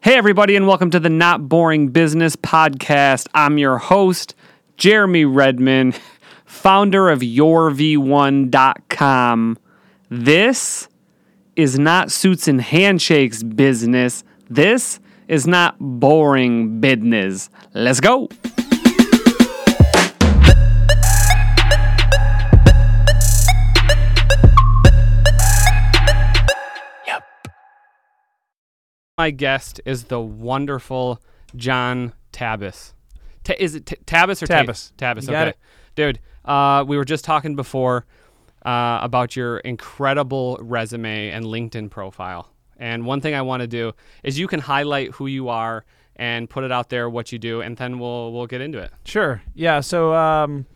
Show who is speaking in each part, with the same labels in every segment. Speaker 1: Hey, everybody, and welcome to the Not Boring Business Podcast. I'm your host, Jeremy Redman, founder of YourV1.com. This is not suits and handshakes business. This is not boring business. Let's go. My guest is the wonderful John Tabis. Ta- is it T- Tabis or Ta-
Speaker 2: Tabis.
Speaker 1: Tabis.
Speaker 2: You got
Speaker 1: okay, dude. Uh, we were just talking before uh, about your incredible resume and LinkedIn profile. And one thing I want to do is you can highlight who you are and put it out there what you do, and then we'll we'll get into it.
Speaker 2: Sure. Yeah. So um,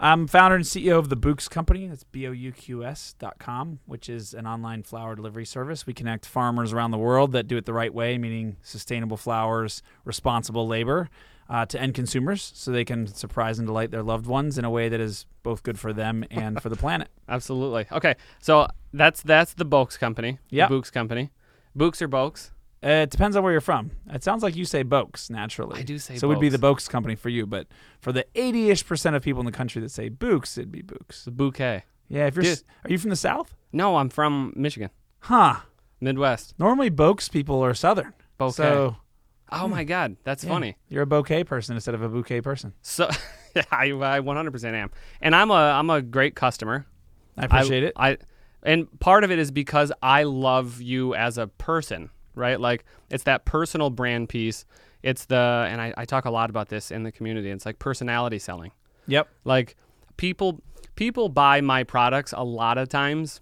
Speaker 2: I'm founder and CEO of the Books Company. That's b o u q s dot com, which is an online flower delivery service. We connect farmers around the world that do it the right way, meaning sustainable flowers, responsible labor, uh, to end consumers, so they can surprise and delight their loved ones in a way that is both good for them and for the planet.
Speaker 1: Absolutely. Okay. So that's that's the Boaks company. the
Speaker 2: Yep.
Speaker 1: Books company. Books or Boaks?
Speaker 2: Uh, it depends on where you're from. It sounds like you say Bokes naturally.
Speaker 1: I do say
Speaker 2: so. It would be
Speaker 1: Bokes.
Speaker 2: the Bokes company for you, but for the 80ish percent of people in the country that say Books, it'd be Books.
Speaker 1: The bouquet.
Speaker 2: Yeah, if you're
Speaker 1: Dude.
Speaker 2: s- are you from the South?
Speaker 1: No, I'm from Michigan,
Speaker 2: Huh.
Speaker 1: Midwest.
Speaker 2: Normally Bokes people are Southern.
Speaker 1: Bouquet.
Speaker 2: So
Speaker 1: oh my God, that's
Speaker 2: Hmm. yeah,
Speaker 1: funny.
Speaker 2: You're a bouquet person instead of a bouquet person.
Speaker 1: So I, I 100% am, and I'm a I'm a great customer.
Speaker 2: I appreciate it.
Speaker 1: I, I and part of it is because I love you as a person, right? Like it's that personal brand piece. It's the and I, I talk a lot about this in the community. It's like personality selling.
Speaker 2: Yep.
Speaker 1: Like people people buy my products a lot of times.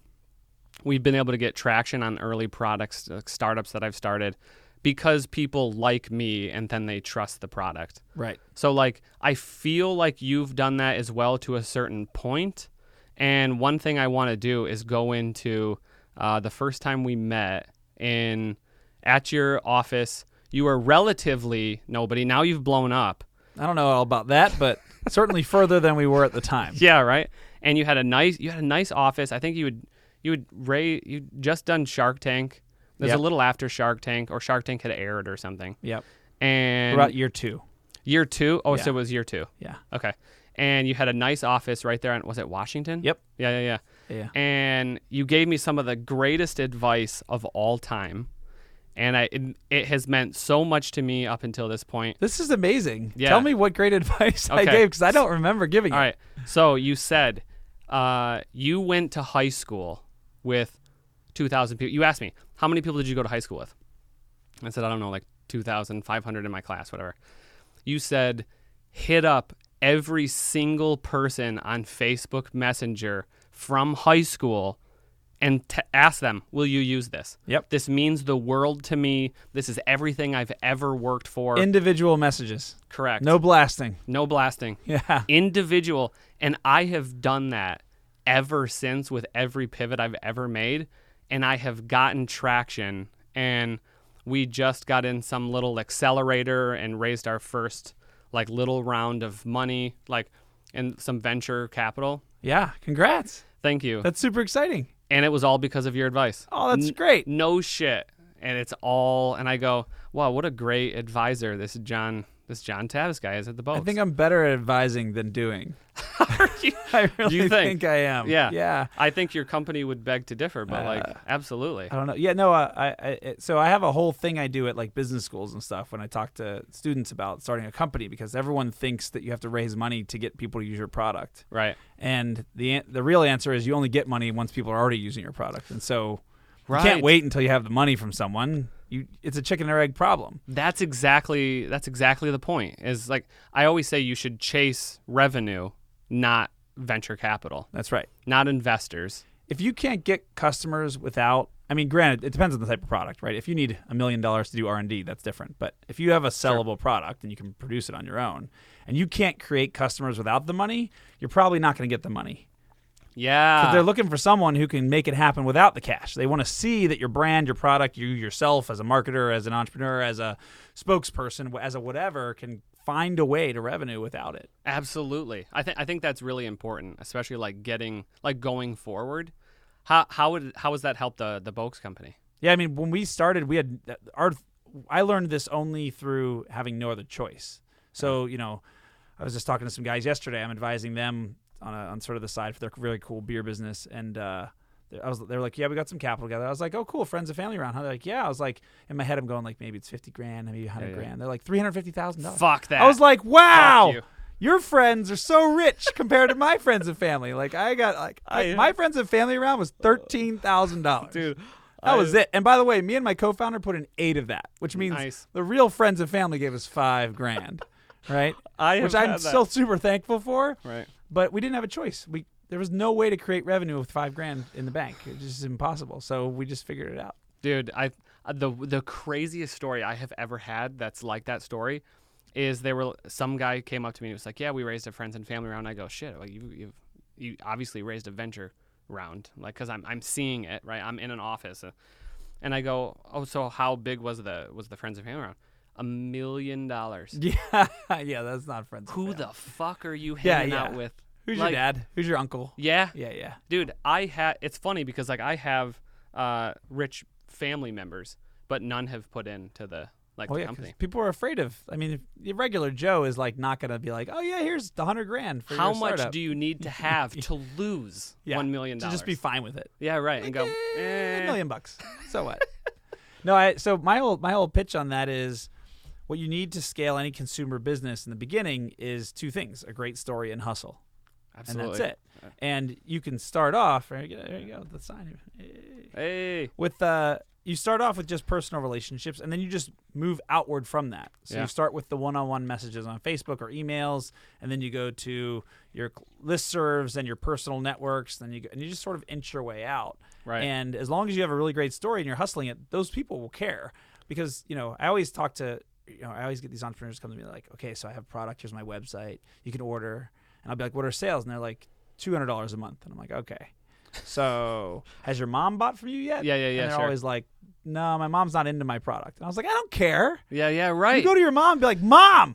Speaker 1: We've been able to get traction on early products, like startups that I've started, because people like me and then they trust the product.
Speaker 2: Right.
Speaker 1: So like I feel like you've done that as well to a certain point. And one thing I want to do is go into uh, the first time we met in at your office. You were relatively nobody. Now you've blown up.
Speaker 2: I don't know all about that, but certainly further than we were at the time.
Speaker 1: Yeah, right. And you had a nice you had a nice office. I think you would you would Ray you just done Shark Tank. There's
Speaker 2: Yep.
Speaker 1: a little after Shark Tank or Shark Tank had aired or something.
Speaker 2: Yep.
Speaker 1: And
Speaker 2: About year two.
Speaker 1: year two. Oh,
Speaker 2: Yeah.
Speaker 1: so it was year two.
Speaker 2: Yeah.
Speaker 1: Okay. And you had a nice office right there on was it Washington?
Speaker 2: Yep.
Speaker 1: Yeah, yeah, yeah.
Speaker 2: Yeah.
Speaker 1: And you gave me some of the greatest advice of all time. And I it, it has meant so much to me up until this point.
Speaker 2: This is amazing.
Speaker 1: Yeah.
Speaker 2: Tell me what great advice I
Speaker 1: Okay.
Speaker 2: gave because I don't remember giving
Speaker 1: All
Speaker 2: it.
Speaker 1: right. So you said uh, you went to high school with 2,000 people. You asked me, how many people did you go to high school with? I said, I don't know, like 2,500 in my class, whatever. You said, hit up every single person on Facebook Messenger from high school and t- ask them, will you use this?
Speaker 2: Yep.
Speaker 1: This means the world to me. This is everything I've ever worked for.
Speaker 2: Individual messages.
Speaker 1: Correct.
Speaker 2: No blasting.
Speaker 1: no blasting
Speaker 2: Yeah.
Speaker 1: individual and i have done that ever since with every pivot i've ever made and i have gotten traction and we just got in some little accelerator and raised our first like little round of money like and some venture capital
Speaker 2: Yeah. Congrats.
Speaker 1: thank you
Speaker 2: That's super exciting.
Speaker 1: and it was all because of your advice
Speaker 2: Oh, that's great.
Speaker 1: no shit and it's all and i go wow what a great advisor this john this john tavis guy is at the boat
Speaker 2: I think I'm better at advising than doing. I really
Speaker 1: You think?
Speaker 2: I am.
Speaker 1: Yeah.
Speaker 2: Yeah.
Speaker 1: I think your company would beg to differ, but like
Speaker 2: Uh,
Speaker 1: absolutely.
Speaker 2: I don't know. Yeah, no. Uh, I, I it- so I have a whole thing I do at like business schools and stuff when I talk to students about starting a company because everyone thinks that you have to raise money to get people to use your product,
Speaker 1: Right.
Speaker 2: and the an- the real answer is you only get money once people are already using your product, and so you
Speaker 1: Right.
Speaker 2: can't wait until you have the money from someone. You, it's a chicken or egg problem.
Speaker 1: That's exactly that's exactly the point. Is like I always say you should chase revenue, not venture capital,
Speaker 2: That's right.
Speaker 1: not investors.
Speaker 2: if you can't get customers without I mean, granted, it depends on the type of product, right? If you need a million dollars to do R and D, that's different. But if you have a sellable product and you can produce it on your own, and you can't create customers without the money, you're probably not going to get the money. 'Cause
Speaker 1: Yeah.
Speaker 2: They're looking for someone who can make it happen without the cash. They want to see that your brand, your product, you yourself as a marketer, as an entrepreneur, as a spokesperson, as a whatever, can find a way to revenue without it.
Speaker 1: Absolutely. I think I think that's really important, especially like getting like going forward. How how would how has that helped the the Boaks company?
Speaker 2: Yeah, I mean, when we started, we had our I learned this only through having no other choice. So you know, I was just talking to some guys yesterday. I'm advising them on a, on sort of the side for their really cool beer business, and uh, they- I was they were like, yeah, we got some capital together. I was like, oh, cool, friends and family around. Huh? They're like, yeah. I was like, in my head, I'm going like maybe it's fifty grand, maybe hundred
Speaker 1: yeah.
Speaker 2: grand. They're like three hundred fifty thousand dollars.
Speaker 1: Fuck that.
Speaker 2: I was like, wow.
Speaker 1: you.
Speaker 2: Your friends are so rich compared to my friends and family. Like I got like I,
Speaker 1: I-
Speaker 2: my friends and family around was thirteen thousand dollars.
Speaker 1: dude.
Speaker 2: That
Speaker 1: I-
Speaker 2: was it. And by the way, me and my co-founder put in eight of that, which means
Speaker 1: Nice.
Speaker 2: the real friends and family gave us five grand, right?
Speaker 1: I have
Speaker 2: which I'm
Speaker 1: had that.
Speaker 2: still super thankful for.
Speaker 1: Right.
Speaker 2: But we didn't have a choice. We there was no way to create revenue with five grand in the bank. It was just impossible. So we just figured it out.
Speaker 1: Dude, I uh, the the craziest story I have ever had that's like that story is there were some guy came up to me and was like, "Yeah, we raised a friends and family round." I go, "Shit, like you you you obviously raised a venture round, like because I'm I'm seeing it right. I'm in an office, uh, and I go, "Oh, so how big was the was the friends and family round? A million dollars.
Speaker 2: Yeah, yeah, that's not friends. and
Speaker 1: Who
Speaker 2: family.
Speaker 1: the fuck are you
Speaker 2: Yeah,
Speaker 1: hanging out
Speaker 2: yeah.
Speaker 1: with?
Speaker 2: Who's
Speaker 1: Like,
Speaker 2: your dad? Who's your uncle?
Speaker 1: Yeah,
Speaker 2: Yeah, yeah.
Speaker 1: dude i had it's funny because like i have uh rich family members but none have put into the like
Speaker 2: Oh
Speaker 1: the
Speaker 2: yeah, 'cause
Speaker 1: company
Speaker 2: people are afraid of. I mean, if the regular Joe is like not gonna be like, oh yeah, here's the hundred grand for
Speaker 1: how
Speaker 2: your
Speaker 1: much
Speaker 2: startup,"
Speaker 1: do you need to have to lose
Speaker 2: Yeah,
Speaker 1: one million
Speaker 2: to
Speaker 1: dollars
Speaker 2: just be fine with it.
Speaker 1: yeah right and go
Speaker 2: eh,
Speaker 1: eh.
Speaker 2: million bucks. So what? no, I so my whole my whole pitch on that is what you need to scale any consumer business in the beginning is two things: a great story and hustle.
Speaker 1: absolutely
Speaker 2: And that's it. And you can start off. There you go. There you go the sign. Eh
Speaker 1: hey
Speaker 2: with uh you start off with just personal relationships and then you just move outward from that so
Speaker 1: Yeah.
Speaker 2: you start with the one-on-one messages on facebook or emails and then you go to your cl- listservs and your personal networks then you go, and you just sort of inch your way out
Speaker 1: Right.
Speaker 2: and as long as you have a really great story and you're hustling it those people will care because you know i always talk to you know i always get these entrepreneurs come to me like okay so i have a product here's my website you can order and i'll be like what are sales and they're like $200 a month and i'm like okay so has your mom bought from you yet
Speaker 1: Yeah, yeah, yeah,
Speaker 2: and they're
Speaker 1: sure.
Speaker 2: always like no my mom's not into my product and i was like i don't care
Speaker 1: yeah yeah
Speaker 2: you
Speaker 1: right
Speaker 2: go to your mom and be like mom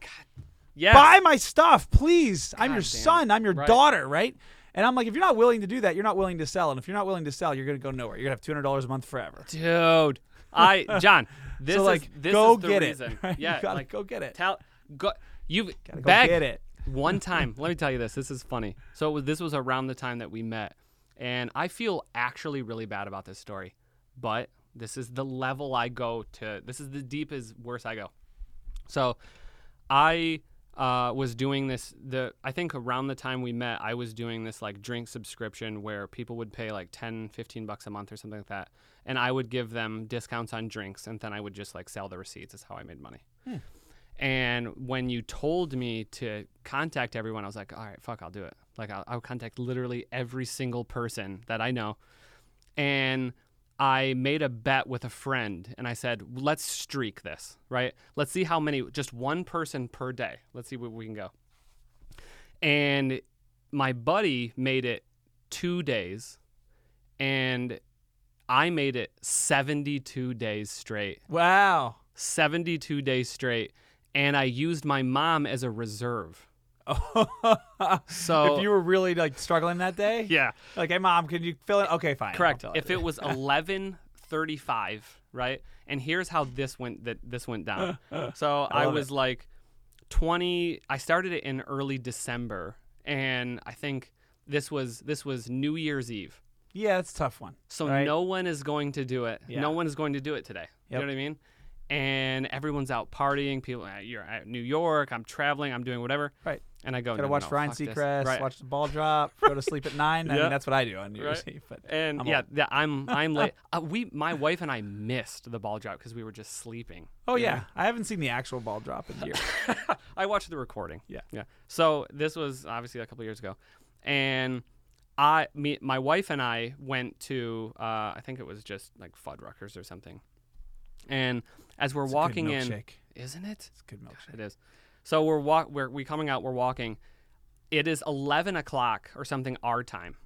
Speaker 1: yes.
Speaker 2: buy my stuff please i'm
Speaker 1: God
Speaker 2: your
Speaker 1: damn it.
Speaker 2: son i'm your
Speaker 1: Right.
Speaker 2: daughter right and i'm like if you're not willing to do that you're not willing to sell and if you're not willing to sell you're going to go nowhere you're going to have $200 a month forever
Speaker 1: dude i john this
Speaker 2: so like
Speaker 1: is this
Speaker 2: go
Speaker 1: is the
Speaker 2: get
Speaker 1: reason
Speaker 2: it right?
Speaker 1: yeah
Speaker 2: you gotta
Speaker 1: like
Speaker 2: go get it
Speaker 1: tell go you've
Speaker 2: gotta go
Speaker 1: back
Speaker 2: get it
Speaker 1: one time let me tell you this this is funny so it was, this was around the time that we met and i feel actually really bad about this story but this is the level i go to this is the deepest worst i go so i uh, was doing this the i think around the time we met i was doing this like drink subscription where people would pay like 10 15 bucks a month or something like that and i would give them discounts on drinks and then i would just like sell the receipts that's how i made money and when you told me to contact everyone, I was like, all right, fuck, I'll do it. Like, I'll, I'll contact literally every single person that I know. And I made a bet with a friend and I said, let's streak this, right? Let's see how many, just one person per day. Let's see where we can go. And my buddy made it two days and I made it 72 days straight.
Speaker 2: wow
Speaker 1: 72 days straight and I used my mom as a reserve. So
Speaker 2: if you were really like struggling that day
Speaker 1: yeah,
Speaker 2: Like, hey, mom, can you fill in? Okay, fine. I'll
Speaker 1: correct.
Speaker 2: fill
Speaker 1: If it was 11:35, right? And here's how this went that this went down. So I,
Speaker 2: love
Speaker 1: was like 20 I started it in early December and I think this was this was New Year's Eve.
Speaker 2: yeah, that's a tough one.
Speaker 1: So
Speaker 2: Right.
Speaker 1: no one is going to do it.
Speaker 2: Yeah.
Speaker 1: No one is going to do it today.
Speaker 2: Yep.
Speaker 1: You know what I mean? And everyone's out partying. People, uh, you're at New York. I'm traveling. I'm doing whatever.
Speaker 2: Right.
Speaker 1: And I go.
Speaker 2: Gotta
Speaker 1: no,
Speaker 2: watch
Speaker 1: no,
Speaker 2: Ryan
Speaker 1: fuck this.
Speaker 2: Seacrest,
Speaker 1: Right.
Speaker 2: watch the ball drop, go to sleep at nine. I
Speaker 1: Yeah.
Speaker 2: mean, that's what I do on New Year's
Speaker 1: Right.
Speaker 2: Eve. But
Speaker 1: and
Speaker 2: I'm
Speaker 1: yeah,
Speaker 2: old.
Speaker 1: yeah, I'm I'm late. Uh, we, my wife and I missed the ball drop because we were just sleeping.
Speaker 2: oh yeah, I haven't seen the actual ball drop in years.
Speaker 1: I watched the recording.
Speaker 2: Yeah.
Speaker 1: Yeah. So this was obviously a couple years ago, and I, me, my wife and I went to, uh, I think it was just like Fuddruckers or something, and as we're walking
Speaker 2: Good
Speaker 1: in,
Speaker 2: milkshake.
Speaker 1: isn't it?
Speaker 2: It's a good milkshake.
Speaker 1: It is. So we're walk. We're we coming out. We're walking. It is eleven o'clock or something our time,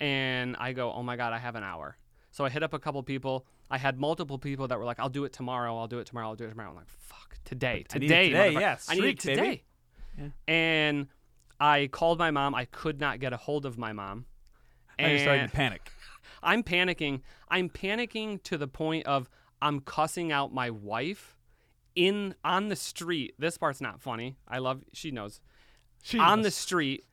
Speaker 1: and I go, oh my god, I have an hour. So I hit up a couple people. I had multiple people that were like, I'll do it tomorrow. I'll do it tomorrow. I'll do it tomorrow. I'm like, fuck, today,
Speaker 2: I need it
Speaker 1: today,
Speaker 2: today,
Speaker 1: motherfucker.
Speaker 2: yeah,
Speaker 1: I need it
Speaker 2: streak, baby."
Speaker 1: today.
Speaker 2: Yeah.
Speaker 1: And I called my mom. I could not get a hold of my mom.
Speaker 2: Now you're starting
Speaker 1: And
Speaker 2: to panic.
Speaker 1: I'm panicking. I'm panicking to the point of I'm cussing out my wife in on the street. This part's not funny. I love she knows.
Speaker 3: She
Speaker 1: on the
Speaker 3: knows.
Speaker 1: street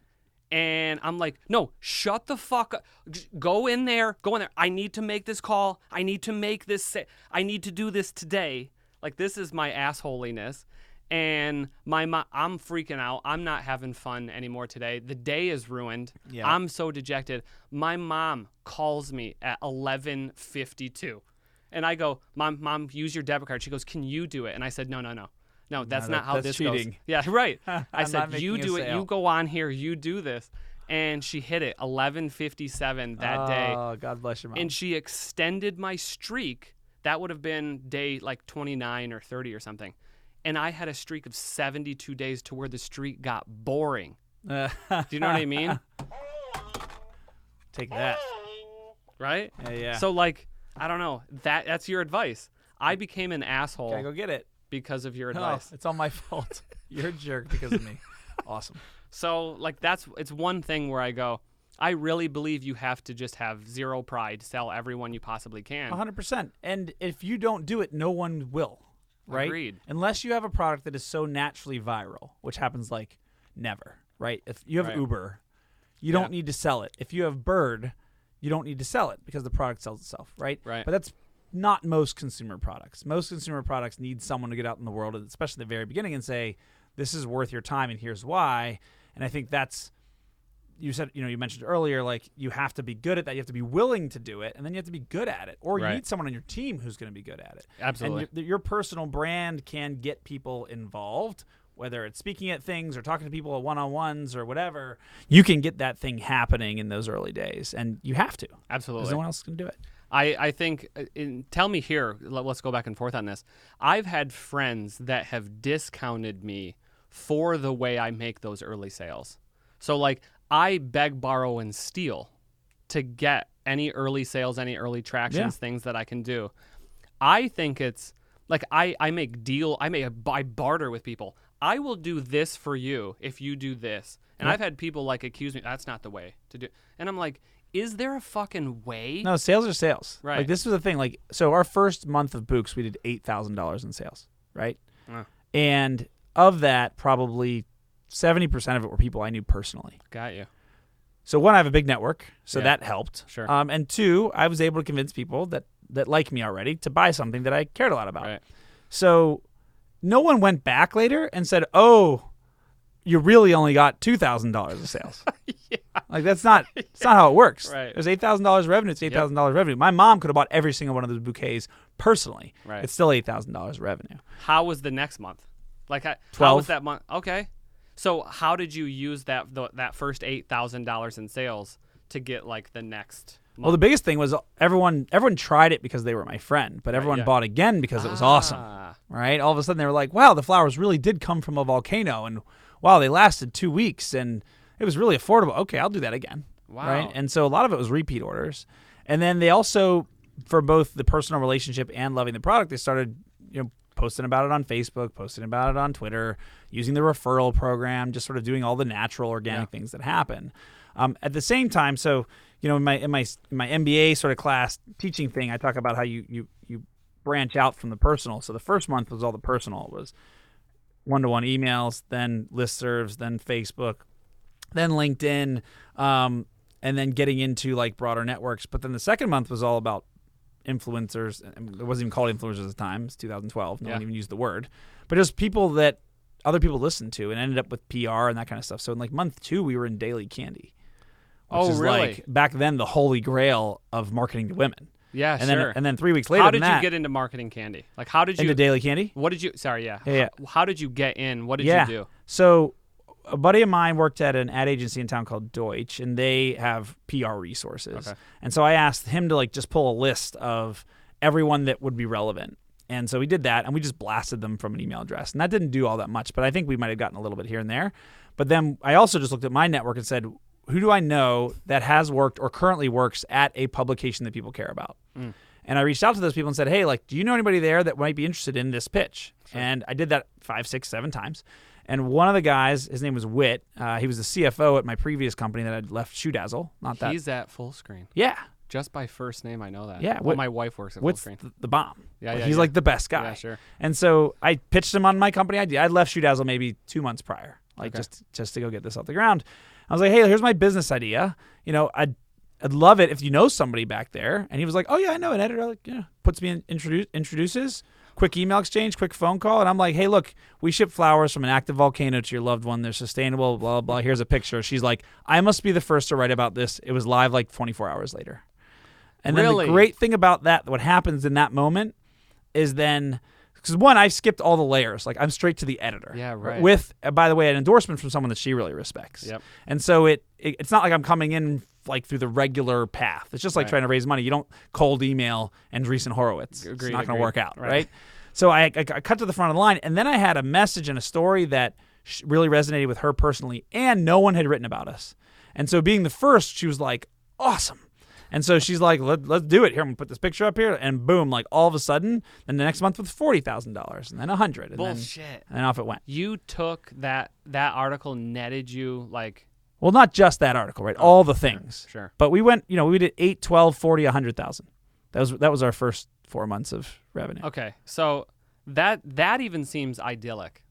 Speaker 1: and I'm like, "No, shut the fuck up. J- Go in there. Go in there. I need to make this call. I need to make this sa- I need to do this today. Like this is my assholiness." And my mom, I'm freaking out. I'm not having fun anymore today. The day is ruined.
Speaker 3: Yeah.
Speaker 1: I'm so dejected. My mom calls me at 11:52. And I go, "Mom, mom, use your debit card." She goes, "Can you do it?" And I said, "No, no, no. No, that's
Speaker 2: that-
Speaker 1: not how
Speaker 2: that's
Speaker 1: this
Speaker 2: cheating.
Speaker 1: goes." Yeah, right. I
Speaker 2: I'm
Speaker 1: said,
Speaker 2: not
Speaker 1: "You
Speaker 2: making a
Speaker 1: do it.
Speaker 2: sale."
Speaker 1: You go on here. You do this." And she hit it 11:57 that day,
Speaker 2: Oh, God bless your mom.
Speaker 1: and she extended my streak. That would have been day like 29 or 30 or something. And I had a streak of 72 days to where the streak got boring. Do you know what I mean?
Speaker 2: Take that.
Speaker 1: Right?
Speaker 2: Yeah, yeah.
Speaker 1: So like, I don't know. That that's your advice. I became an
Speaker 2: Gotta
Speaker 1: asshole
Speaker 2: go get Oh, it.
Speaker 1: because of your
Speaker 2: No,
Speaker 1: advice.
Speaker 2: it's all my fault. You're a jerk because of me. Awesome.
Speaker 1: So like that's it's one thing where I go, I really believe you have to just have zero pride, sell everyone you possibly can.
Speaker 2: 100%. And if you don't do it, no one will, right?
Speaker 1: Agreed.
Speaker 2: Unless you have a product that is so naturally viral, which happens like never, right? If you have
Speaker 1: Right.
Speaker 2: Uber, you don't need to sell it. If you have Bird, you don't need to sell it because the product sells itself, right?
Speaker 1: Right.
Speaker 2: But that's not most consumer products. Most consumer products need someone to get out in the world, especially at the very beginning, and say, this is worth your time and here's why. And I think that's you said you know you mentioned earlier like you have to be good at that you have to be willing to do it and then you have to be good at it or
Speaker 1: Right.
Speaker 2: you need someone on your team who's going to be good at it
Speaker 1: Absolutely.
Speaker 2: and your, your personal brand can get people involved whether it's speaking at things or talking to people at one-on-ones or whatever you can get that thing happening in those early days and you have to because
Speaker 1: Absolutely.
Speaker 2: no one else can do it
Speaker 1: I, I think, uh, in, tell me here, let, us go back and forth on this. I've had friends that have discounted me for the way I make those early sales. So, like, I beg, borrow, and steal to get any early sales, any early tractions,
Speaker 2: Yeah.
Speaker 1: things that I can do. I think it's like I, I make deal, I make a I barter with people. I will do this for you if you do this. And I've had people like accuse me, that's not the way to do. And I'm like, is there a fucking way?
Speaker 2: no sales are sales
Speaker 1: Right.
Speaker 2: like this was the thing like so our first month of books we did $8000 in sales right
Speaker 1: Uh.
Speaker 2: and of that probably 70% of it were people i knew personally
Speaker 1: Got you.
Speaker 2: So one, I have a big network, so
Speaker 1: Yeah.
Speaker 2: that helped.
Speaker 1: Sure.
Speaker 2: Um, and two, I was able to convince people that that like me already to buy something that I cared a lot about.
Speaker 1: Right.
Speaker 2: So no one went back later and said, "Oh, you really only got two thousand dollars of sales." Like that's not that's not how it works.
Speaker 1: Right.
Speaker 2: It was eight thousand dollars revenue. It's eight thousand dollars revenue. My mom could have bought every single one of those bouquets personally.
Speaker 1: Right.
Speaker 2: It's still eight thousand dollars revenue.
Speaker 1: How was the next month? Like I, how
Speaker 2: Twelve.
Speaker 1: was that month? Okay. So how did you use that the, that first eight thousand dollars in sales to get like the next? Month?
Speaker 2: Well, the biggest thing was everyone everyone tried it because they were my friend, but everyone
Speaker 1: yeah.
Speaker 2: bought again because it was awesome.
Speaker 1: Ah,
Speaker 2: right? All of a sudden they were like, wow, the flowers really did come from a volcano and wow, they lasted two weeks and it was really affordable. Okay, I'll do that again.
Speaker 1: Wow.
Speaker 2: Right. And so a lot of it was repeat orders. And then they also, for both the personal relationship and loving the product, they started, you know, posting about it on Facebook, posting about it on Twitter, using the referral program, just sort of doing all the natural organic things that happen. Um, at the same time, so you know, in my in my in my MBA sort of class teaching thing, I talk about how you you you branch out from the personal. So the first month was all the personal. It was one to one emails, then listservs, then Facebook, then LinkedIn, um, and then getting into like broader networks. But then the second month was all about influencers. I mean, It wasn't even called influencers at the time. It's 2012. No one
Speaker 1: Yeah.
Speaker 2: even used the word, but it was people that other people listened to and ended up with PR and that kind of stuff. So in like month two, we were in daily candy. Which
Speaker 1: Oh,
Speaker 2: is
Speaker 1: really?
Speaker 2: like back then the holy grail of marketing to women.
Speaker 1: yeah,
Speaker 2: And
Speaker 1: sure.
Speaker 2: then and then three weeks later
Speaker 1: how
Speaker 2: than
Speaker 1: did
Speaker 2: that,
Speaker 1: you get into marketing candy? Like how did you?
Speaker 2: into daily candy?
Speaker 1: what did you? Sorry, yeah.
Speaker 2: Yeah, yeah.
Speaker 1: How, how did you get in? What did
Speaker 2: yeah.
Speaker 1: you do?
Speaker 2: So a buddy of mine worked at an ad agency in town called Deutsch, and they have PR resources.
Speaker 1: Okay.
Speaker 2: And so I asked him to like just pull a list of everyone that would be relevant. And so he did that, and we just blasted them from an email address. And that didn't do all that much, but I think we might have gotten a little bit here and there. But then I also just looked at my network and said, who do I know that has worked or currently works at a publication that people care about?
Speaker 1: Mm.
Speaker 2: And I reached out to those people and said, hey, like, do you know anybody there that might be interested in this pitch? And I did that five, six, seven times. And one of the guys, his name was Wit. Uh, he was the CFO at my previous company that I'd left Shoedazzle. Not that.
Speaker 1: He's at full screen.
Speaker 2: yeah.
Speaker 1: Just by first name, I know that.
Speaker 2: Yeah,
Speaker 1: Well,
Speaker 2: what-
Speaker 1: my wife works at
Speaker 2: What's
Speaker 1: Full Screen.
Speaker 2: th- the bomb?
Speaker 1: Yeah,
Speaker 2: Like,
Speaker 1: yeah,
Speaker 2: he's
Speaker 1: yeah.
Speaker 2: like the best guy.
Speaker 1: Yeah, sure.
Speaker 2: And so I pitched him on my company idea. I left Shoot Dazzle maybe two months prior, like
Speaker 1: Okay.
Speaker 2: just just to go get this off the ground. I was like, hey, here's my business idea. You know, I'd I'd love it if you know somebody back there. And he was like, oh yeah, I know an editor. Like, yeah, puts me in, introduce introduces. Quick email exchange, quick phone call, and I'm like, "Hey, look, we ship flowers from an active volcano to your loved one. They're sustainable. Blah blah. blah. Here's a picture." She's like, "I must be the first to write about this." It was live like 24 hours later. And then
Speaker 1: Really?
Speaker 2: the great thing about that, what happens in that moment, is then because one, I skipped all the layers. Like I'm straight to the editor.
Speaker 1: Yeah, right.
Speaker 2: With, uh, by the way, an endorsement from someone that she really respects.
Speaker 1: Yep.
Speaker 2: And so it, it it's not like I'm coming in like through the regular path. It's just like
Speaker 1: Right.
Speaker 2: trying to raise money. You don't cold email Andreessen Horowitz.
Speaker 1: Agreed,
Speaker 2: it's not going
Speaker 1: agreed.
Speaker 2: to work out,
Speaker 1: Right.
Speaker 2: right? So I, I, I cut to the front of the line, and then I had a message and a story that sh- really resonated with her personally, and no one had written about us. And so being the first, she was like, awesome. And so she's like, Let, let's do it. Here, I'm gonna put this picture up here, and boom! Like all of a sudden, then the next month was forty thousand dollars, and then a hundred, and then
Speaker 1: Bullshit.
Speaker 2: and then off it went.
Speaker 1: You took that that article netted you like
Speaker 2: Well, not just that article,
Speaker 1: Oh,
Speaker 2: right? All the things.
Speaker 1: sure.
Speaker 2: But we went, you know, we did 8, 12, 40, 100,000. That was that was our first 4 months of revenue.
Speaker 1: Okay, so that that even seems idyllic.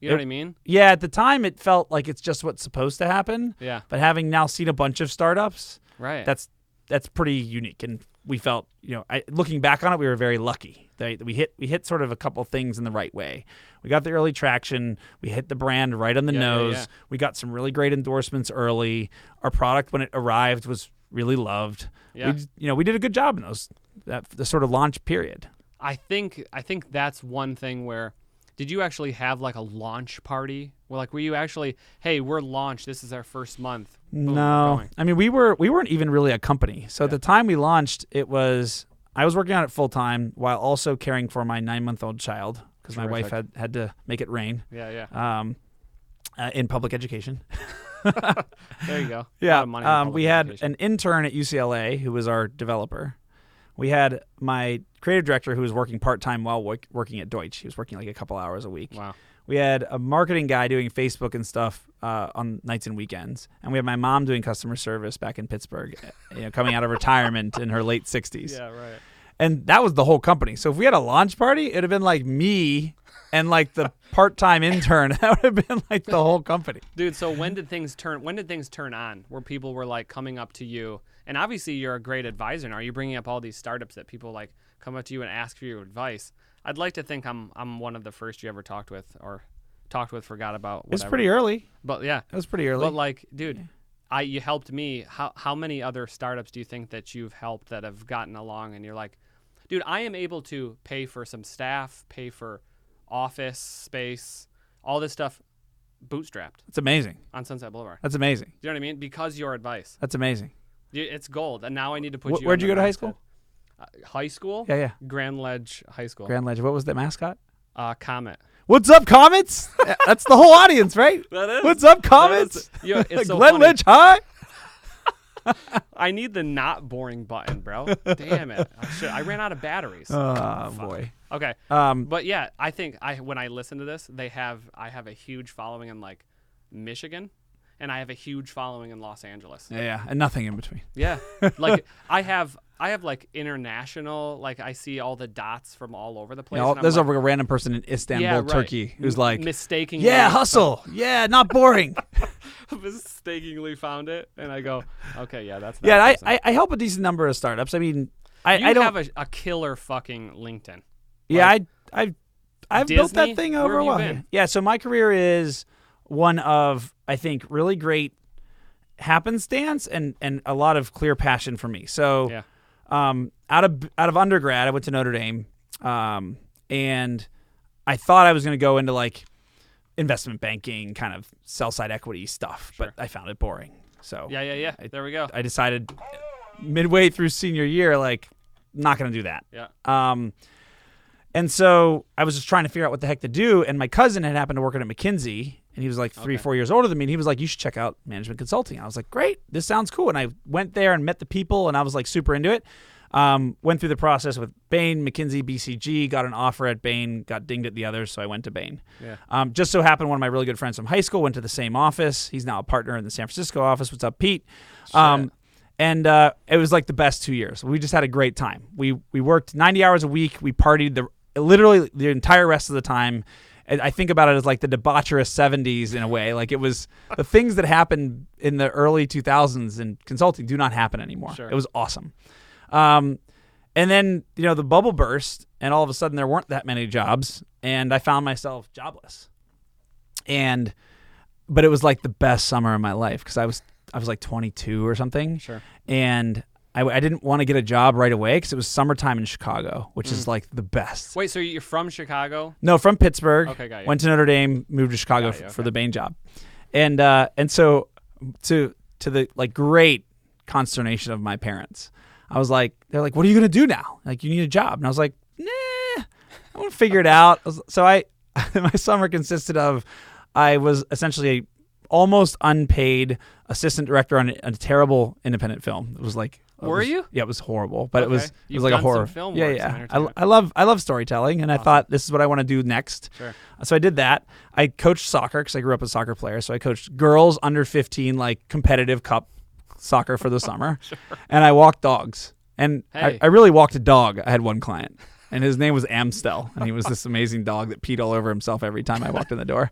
Speaker 1: You know
Speaker 2: It-
Speaker 1: what I mean?
Speaker 2: Yeah, at the time it felt like it's just what's supposed to happen,
Speaker 1: Yeah.
Speaker 2: but having now seen a bunch of startups,
Speaker 1: Right.
Speaker 2: that's that's pretty unique and we felt, you know, I, looking back on it, we were very lucky. They, we hit we hit sort of a couple things in the right way. We got the early traction, we hit the brand right on the
Speaker 1: Yeah, yeah,
Speaker 2: nose.
Speaker 1: yeah.
Speaker 2: We got some really great endorsements early. Our product when it arrived was really loved.
Speaker 1: Yeah.
Speaker 2: We, d- you know, we did a good job in those that the sort of launch period.
Speaker 1: I think I think that's one thing where did you actually have like a launch party? Well, like were you actually, hey, we're launched. This is our first month. Boom, we're
Speaker 2: No,
Speaker 1: going.
Speaker 2: I mean we were we weren't even really a company. So at the time we launched, it was I was working on it full time while also caring for my nine month old child because my wife had
Speaker 1: Terrific.
Speaker 2: had to make it rain
Speaker 1: Yeah, yeah.
Speaker 2: um, uh, in public education.
Speaker 1: There you go. A lot
Speaker 2: Yeah,
Speaker 1: of money in
Speaker 2: um,
Speaker 1: public
Speaker 2: we had
Speaker 1: education.
Speaker 2: an intern at UCLA who was our developer. We had my creative director who was working part time while wo- working at Deutsch. He was working like a couple hours a week.
Speaker 1: wow.
Speaker 2: We had a marketing guy doing Facebook and stuff uh, on nights and weekends, and we had my mom doing customer service back in Pittsburgh, uh, you know, coming out of retirement in her late sixties,
Speaker 1: right.
Speaker 2: and that was the whole company. So if we had a launch party, it'd have been like me and like the part-time intern. That would have been like the whole company.
Speaker 1: Dude, so when did things turn when did things turn on where people were like coming up to you? And obviously you're a great advisor now. You're bringing up all these startups that people like come up to you and ask for your advice. I'd like to think I'm I'm one of the first you ever talked with or talked with forgot about
Speaker 2: It was
Speaker 1: whatever.
Speaker 2: pretty early.
Speaker 1: But yeah.
Speaker 2: It was pretty early.
Speaker 1: But like, dude, I you helped me. How how many other startups do you think that you've helped that have gotten along and you're like, dude, I am able to pay for some staff, pay for office space, all this stuff bootstrapped
Speaker 2: That's amazing.
Speaker 1: on Sunset Boulevard.
Speaker 2: That's amazing.
Speaker 1: Do you know what I mean? Because your advice.
Speaker 2: That's amazing.
Speaker 1: You- It's gold. And now I need to put
Speaker 2: Wh-
Speaker 1: you
Speaker 2: where'd
Speaker 1: on
Speaker 2: you
Speaker 1: the
Speaker 2: go to high
Speaker 1: mindset.
Speaker 2: school?
Speaker 1: Uh, high school?
Speaker 2: Yeah, yeah.
Speaker 1: Grand Ledge High School.
Speaker 2: Grand Ledge. What was the mascot?
Speaker 1: uh, Comet.
Speaker 2: What's up, Comets? That's the whole audience, right?
Speaker 1: That is-
Speaker 2: What's up,
Speaker 1: That
Speaker 2: Comets?
Speaker 1: is- yeah, it's so
Speaker 2: Glenn
Speaker 1: funny.
Speaker 2: Lynch, hi.
Speaker 1: I need the not boring button, bro. Damn it. I, should, I ran out of batteries.
Speaker 2: Oh boy.
Speaker 1: okay.
Speaker 2: Um,
Speaker 1: But yeah, I think I when I listen to this, they have I have a huge following in like Michigan, and I have a huge following in Los Angeles.
Speaker 2: yeah, yeah, and nothing in between.
Speaker 1: Yeah, like I have I have like international. Like I see all the dots from all over the
Speaker 2: You
Speaker 1: place.
Speaker 2: know,
Speaker 1: and I'm
Speaker 2: there's
Speaker 1: like,
Speaker 2: a random person in Istanbul,
Speaker 1: yeah, right.
Speaker 2: Turkey, who's like,
Speaker 1: mistakenly
Speaker 2: "Yeah, hustle. Yeah, not boring."
Speaker 1: mistakenly found it, and I go, okay, yeah, that's that
Speaker 2: yeah, I,
Speaker 1: person."
Speaker 2: I I help a decent number of startups. I mean, I,
Speaker 1: you
Speaker 2: I don't.
Speaker 1: have a, a killer fucking LinkedIn.
Speaker 2: yeah, I I I've built
Speaker 1: Disney?
Speaker 2: that thing
Speaker 1: Where
Speaker 2: over
Speaker 1: have
Speaker 2: a
Speaker 1: you
Speaker 2: while.
Speaker 1: been?
Speaker 2: Yeah, so my career is one of I think really great happenstance and and a lot of clear passion for me. So
Speaker 1: Yeah.
Speaker 2: um, out of out of undergrad, I went to Notre Dame, um, and I thought I was going to go into like investment banking, kind of sell side equity stuff, but I found it boring. So
Speaker 1: Yeah, yeah, yeah. there we go.
Speaker 2: I decided midway through senior year, like not going to do that.
Speaker 1: yeah.
Speaker 2: Um, and so I was just trying to figure out what the heck to do. And my cousin had happened to work at McKinsey, and he was like three, four years older than me. And he was like, "You should check out management consulting." I was like, "Great, this sounds cool." And I went there and met the people, and I was like super into it. Um, went through the process with Bain, McKinsey, BCG, got an offer at Bain, got dinged at the others, so I went to Bain.
Speaker 1: Yeah.
Speaker 2: Um, just so happened, one of my really good friends from high school went to the same office. He's now a partner in the San Francisco office. What's up, Pete? Um, and uh, it was like the best two years. We just had a great time. We we worked 90 hours a week. We partied the literally the entire rest of the time. And I think about it as like the debaucherous 70s in a way. Like it was the things that happened in the early 2000s in consulting do not happen anymore.
Speaker 1: Sure.
Speaker 2: It was awesome. Um, and then you know the bubble burst, and all of a sudden there weren't that many jobs, and I found myself jobless. And but it was like the best summer of my life because I was I was like 22 or something.
Speaker 1: Sure.
Speaker 2: And I, I didn't want to get a job right away because it was summertime in Chicago, which
Speaker 1: Mm.
Speaker 2: is like the best.
Speaker 1: Wait, so you're from Chicago?
Speaker 2: No, from Pittsburgh.
Speaker 1: Okay, got you.
Speaker 2: Went to Notre Dame, moved to Chicago
Speaker 1: Got you,
Speaker 2: f- for
Speaker 1: okay.
Speaker 2: the Bain job, and uh, and so to to the like great consternation of my parents, I was like, they're like, what are you gonna do now? Like, you need a job, and I was like, nah, I want to figure it out. I was- So I my summer consisted of I was essentially a almost unpaid assistant director on a, a terrible independent film. It was like. it
Speaker 1: Were
Speaker 2: was-
Speaker 1: you?
Speaker 2: Yeah, it was horrible, but it
Speaker 1: Okay.
Speaker 2: was it
Speaker 1: You've
Speaker 2: was
Speaker 1: done
Speaker 2: like a
Speaker 1: some
Speaker 2: horror.
Speaker 1: film
Speaker 2: yeah,
Speaker 1: work, some
Speaker 2: yeah. I,
Speaker 1: entertainment.
Speaker 2: I love I love storytelling, and I thought this is what I want to do next.
Speaker 1: Sure.
Speaker 2: So I did that. I coached soccer because I grew up a soccer player. So I coached girls under 15, like competitive cup soccer for the summer. And I walked dogs. And
Speaker 1: Hey.
Speaker 2: I, I really walked a dog. I had one client, and his name was Amstel, and he was this amazing dog that peed all over himself every time I walked in the door.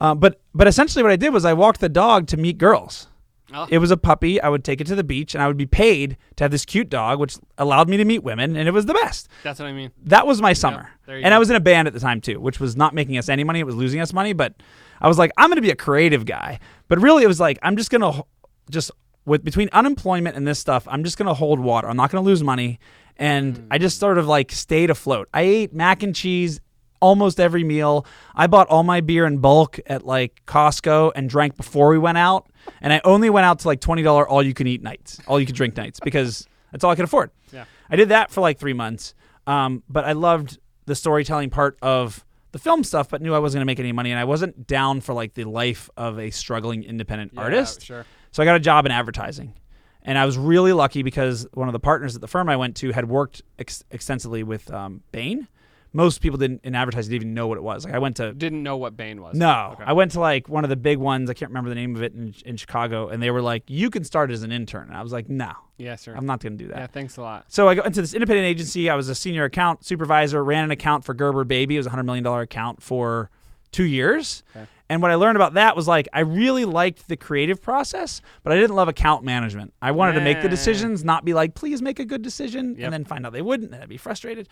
Speaker 2: Uh, but but essentially, what I did was I walked the dog to meet girls.
Speaker 1: Oh.
Speaker 2: It was a puppy. I would take it to the beach, and I would be paid to have this cute dog, which allowed me to meet women, and it was the best
Speaker 1: That's what I mean.
Speaker 2: that was my summer.
Speaker 1: there you
Speaker 2: and
Speaker 1: go.
Speaker 2: I was in a band at the time too, which was not making us any money. It was losing us money, but I was like, I'm going to be a creative guy. But really, it was like, I'm just going to just with between unemployment and this stuff, I'm just going to hold water. I'm not going to lose money.
Speaker 1: Hmm.
Speaker 2: And I just sort of like stayed afloat. I ate mac and cheese almost every meal. I bought all my beer in bulk at like Costco and drank before we went out. And I only went out to like $20 all you can eat nights, all you can drink nights because that's all I could afford.
Speaker 1: Yeah.
Speaker 2: I did that for like three months. Um, but I loved the storytelling part of the film stuff, but knew I wasn't going to make any money. And I wasn't down for like the life of a struggling independent
Speaker 1: Yeah,
Speaker 2: artist.
Speaker 1: Sure.
Speaker 2: So I got a job in advertising. And I was really lucky because one of the partners at the firm I went to had worked ex- extensively with um, Bain. Most people didn't in advertising didn't even know what it was. Like I went to
Speaker 1: Didn't know what Bane was.
Speaker 2: no,
Speaker 1: Okay.
Speaker 2: I went to like one of the big ones. I can't remember the name of it in, in Chicago, and they were like, "You can start as an intern." And I was like, "No,
Speaker 1: Yeah, sure.
Speaker 2: I'm not going to do that."
Speaker 1: yeah, thanks a lot.
Speaker 2: So I got into this independent agency. I was a senior account supervisor, ran an account for Gerber Baby. It was a $100 million account for two years.
Speaker 1: Okay.
Speaker 2: And what I learned about that was like, I really liked the creative process, but I didn't love account management. I wanted to make the
Speaker 1: Yeah.
Speaker 2: decisions, not be like, please make a good decision,
Speaker 1: Yep.
Speaker 2: and then find out they wouldn't, and I'd be frustrated.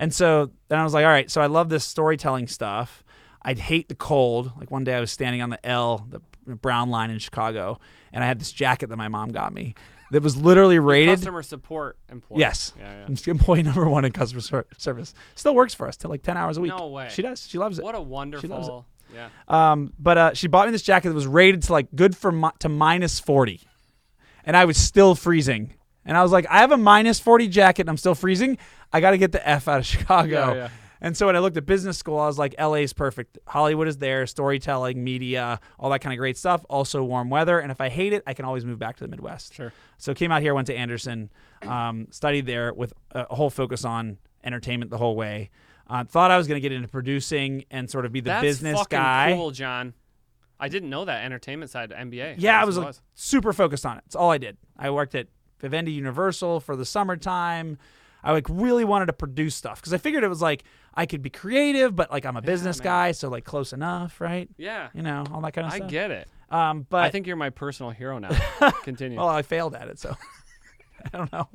Speaker 2: And so then I was like, all right, so I love this storytelling stuff. I'd hate the cold. Like one day I was standing on the L, the brown line in Chicago, and I had this jacket that my mom got me that was literally rated.
Speaker 1: Customer support employee.
Speaker 2: Yes.
Speaker 1: Yeah, yeah.
Speaker 2: I'm just employee number one in customer ser- service. Still works for us till like 10 hours a week.
Speaker 1: No way.
Speaker 2: She does. She loves it.
Speaker 1: What a wonderful. Yeah.
Speaker 2: Um, but uh, she bought me this jacket that was rated to like good for mi- to minus 40. And I was still freezing. And I was like, I have a minus 40 jacket and I'm still freezing. I got to get the F out of Chicago.
Speaker 1: Yeah, yeah.
Speaker 2: And so when I looked at business school, I was like, LA is perfect. Hollywood is there, storytelling, media, all that kind of great stuff. Also, warm weather. And if I hate it, I can always move back to the Midwest.
Speaker 1: Sure.
Speaker 2: So came out here, went to Anderson, um, studied there with a a whole focus on entertainment the whole way. Uh, thought I was going to get into producing and sort of be the
Speaker 1: That's
Speaker 2: business
Speaker 1: fucking
Speaker 2: guy.
Speaker 1: cool, John. I didn't know that entertainment side of NBA.
Speaker 2: Yeah, I
Speaker 1: guess
Speaker 2: was
Speaker 1: it
Speaker 2: like super focused on it. It's all I did. I worked at Vivendi Universal for the summertime. I like really wanted to produce stuff because I figured it was like I could be creative, but like I'm a business
Speaker 1: man.
Speaker 2: guy, so like close enough, right?
Speaker 1: Yeah.
Speaker 2: You know, all that kind of
Speaker 1: I
Speaker 2: stuff.
Speaker 1: get it.
Speaker 2: um, but
Speaker 1: I think you're my personal hero now. Continue.
Speaker 2: well, I failed at it, so I don't know.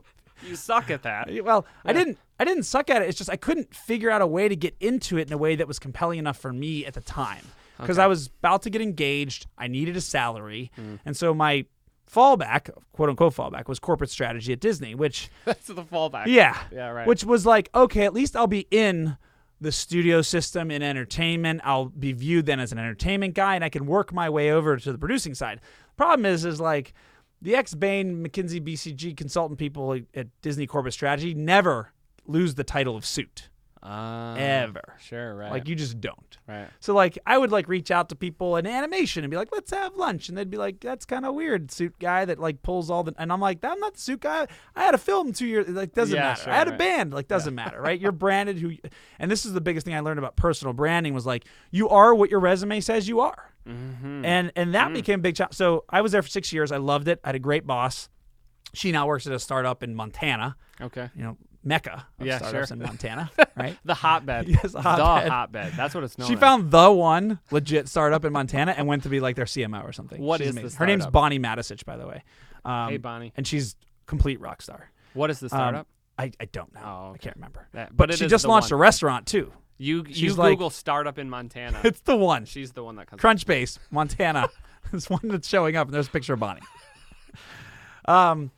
Speaker 1: you suck at that.
Speaker 2: Well, I didn't. I didn't suck at it. It's just I couldn't figure out a way to get into it in a way that was compelling enough for me at the time because
Speaker 1: Okay.
Speaker 2: I was about to get engaged. I needed a salary, and so my fallback, quote unquote fallback, was corporate strategy at Disney, which
Speaker 1: That's the fallback.
Speaker 2: yeah,
Speaker 1: Yeah, right.
Speaker 2: which was like okay, at least I'll be in the studio system in entertainment. I'll be viewed then as an entertainment guy, and I can work my way over to the producing side. Problem is, is like the ex Bain McKinsey BCG consultant people at Disney Corporate Strategy never lose the title of suit
Speaker 1: Uh,
Speaker 2: ever.
Speaker 1: Sure, right.
Speaker 2: Like you just don't.
Speaker 1: right.
Speaker 2: So like I would like reach out to people in animation and be like, let's have lunch, and they'd be like, that's kind of weird, suit guy that like pulls all the, and I'm like, I'm not the suit guy. I had a film two years, like doesn't
Speaker 1: Yeah,
Speaker 2: matter.
Speaker 1: sure,
Speaker 2: I had a
Speaker 1: right.
Speaker 2: band, like doesn't matter, right? You're branded who, and this is the biggest thing I learned about personal branding was like you are what your resume says you are,
Speaker 1: Mm-hmm.
Speaker 2: and and that became a big challenge. So I was there for six years. I loved it. I had a great boss. She now works at a startup in Montana,
Speaker 1: Okay.
Speaker 2: you know, mecca of
Speaker 1: Yeah,
Speaker 2: startups
Speaker 1: sure.
Speaker 2: in Montana, right?
Speaker 1: The hotbed.
Speaker 2: Yes,
Speaker 1: the
Speaker 2: hotbed.
Speaker 1: hotbed. That's what it's known.
Speaker 2: She
Speaker 1: as.
Speaker 2: found the one legit startup in Montana and went to be like their CMO or something.
Speaker 1: What
Speaker 2: She's
Speaker 1: is the
Speaker 2: amazing. Her name's
Speaker 1: startup?
Speaker 2: Bonnie Matisich, by the way. Um,
Speaker 1: Hey, Bonnie.
Speaker 2: and she's complete rock star.
Speaker 1: What is the
Speaker 2: Um,
Speaker 1: startup?
Speaker 2: I, I don't know.
Speaker 1: Oh,
Speaker 2: I
Speaker 1: okay.
Speaker 2: can't remember.
Speaker 1: That-
Speaker 2: but
Speaker 1: it
Speaker 2: she
Speaker 1: is
Speaker 2: just
Speaker 1: the
Speaker 2: launched
Speaker 1: one.
Speaker 2: a restaurant too.
Speaker 1: You you
Speaker 2: she's like-
Speaker 1: Google startup in Montana.
Speaker 2: It's the one.
Speaker 1: She's the one that comes.
Speaker 2: Crunchbase, Montana. There's one that's showing up, and there's a picture of Bonnie. Um,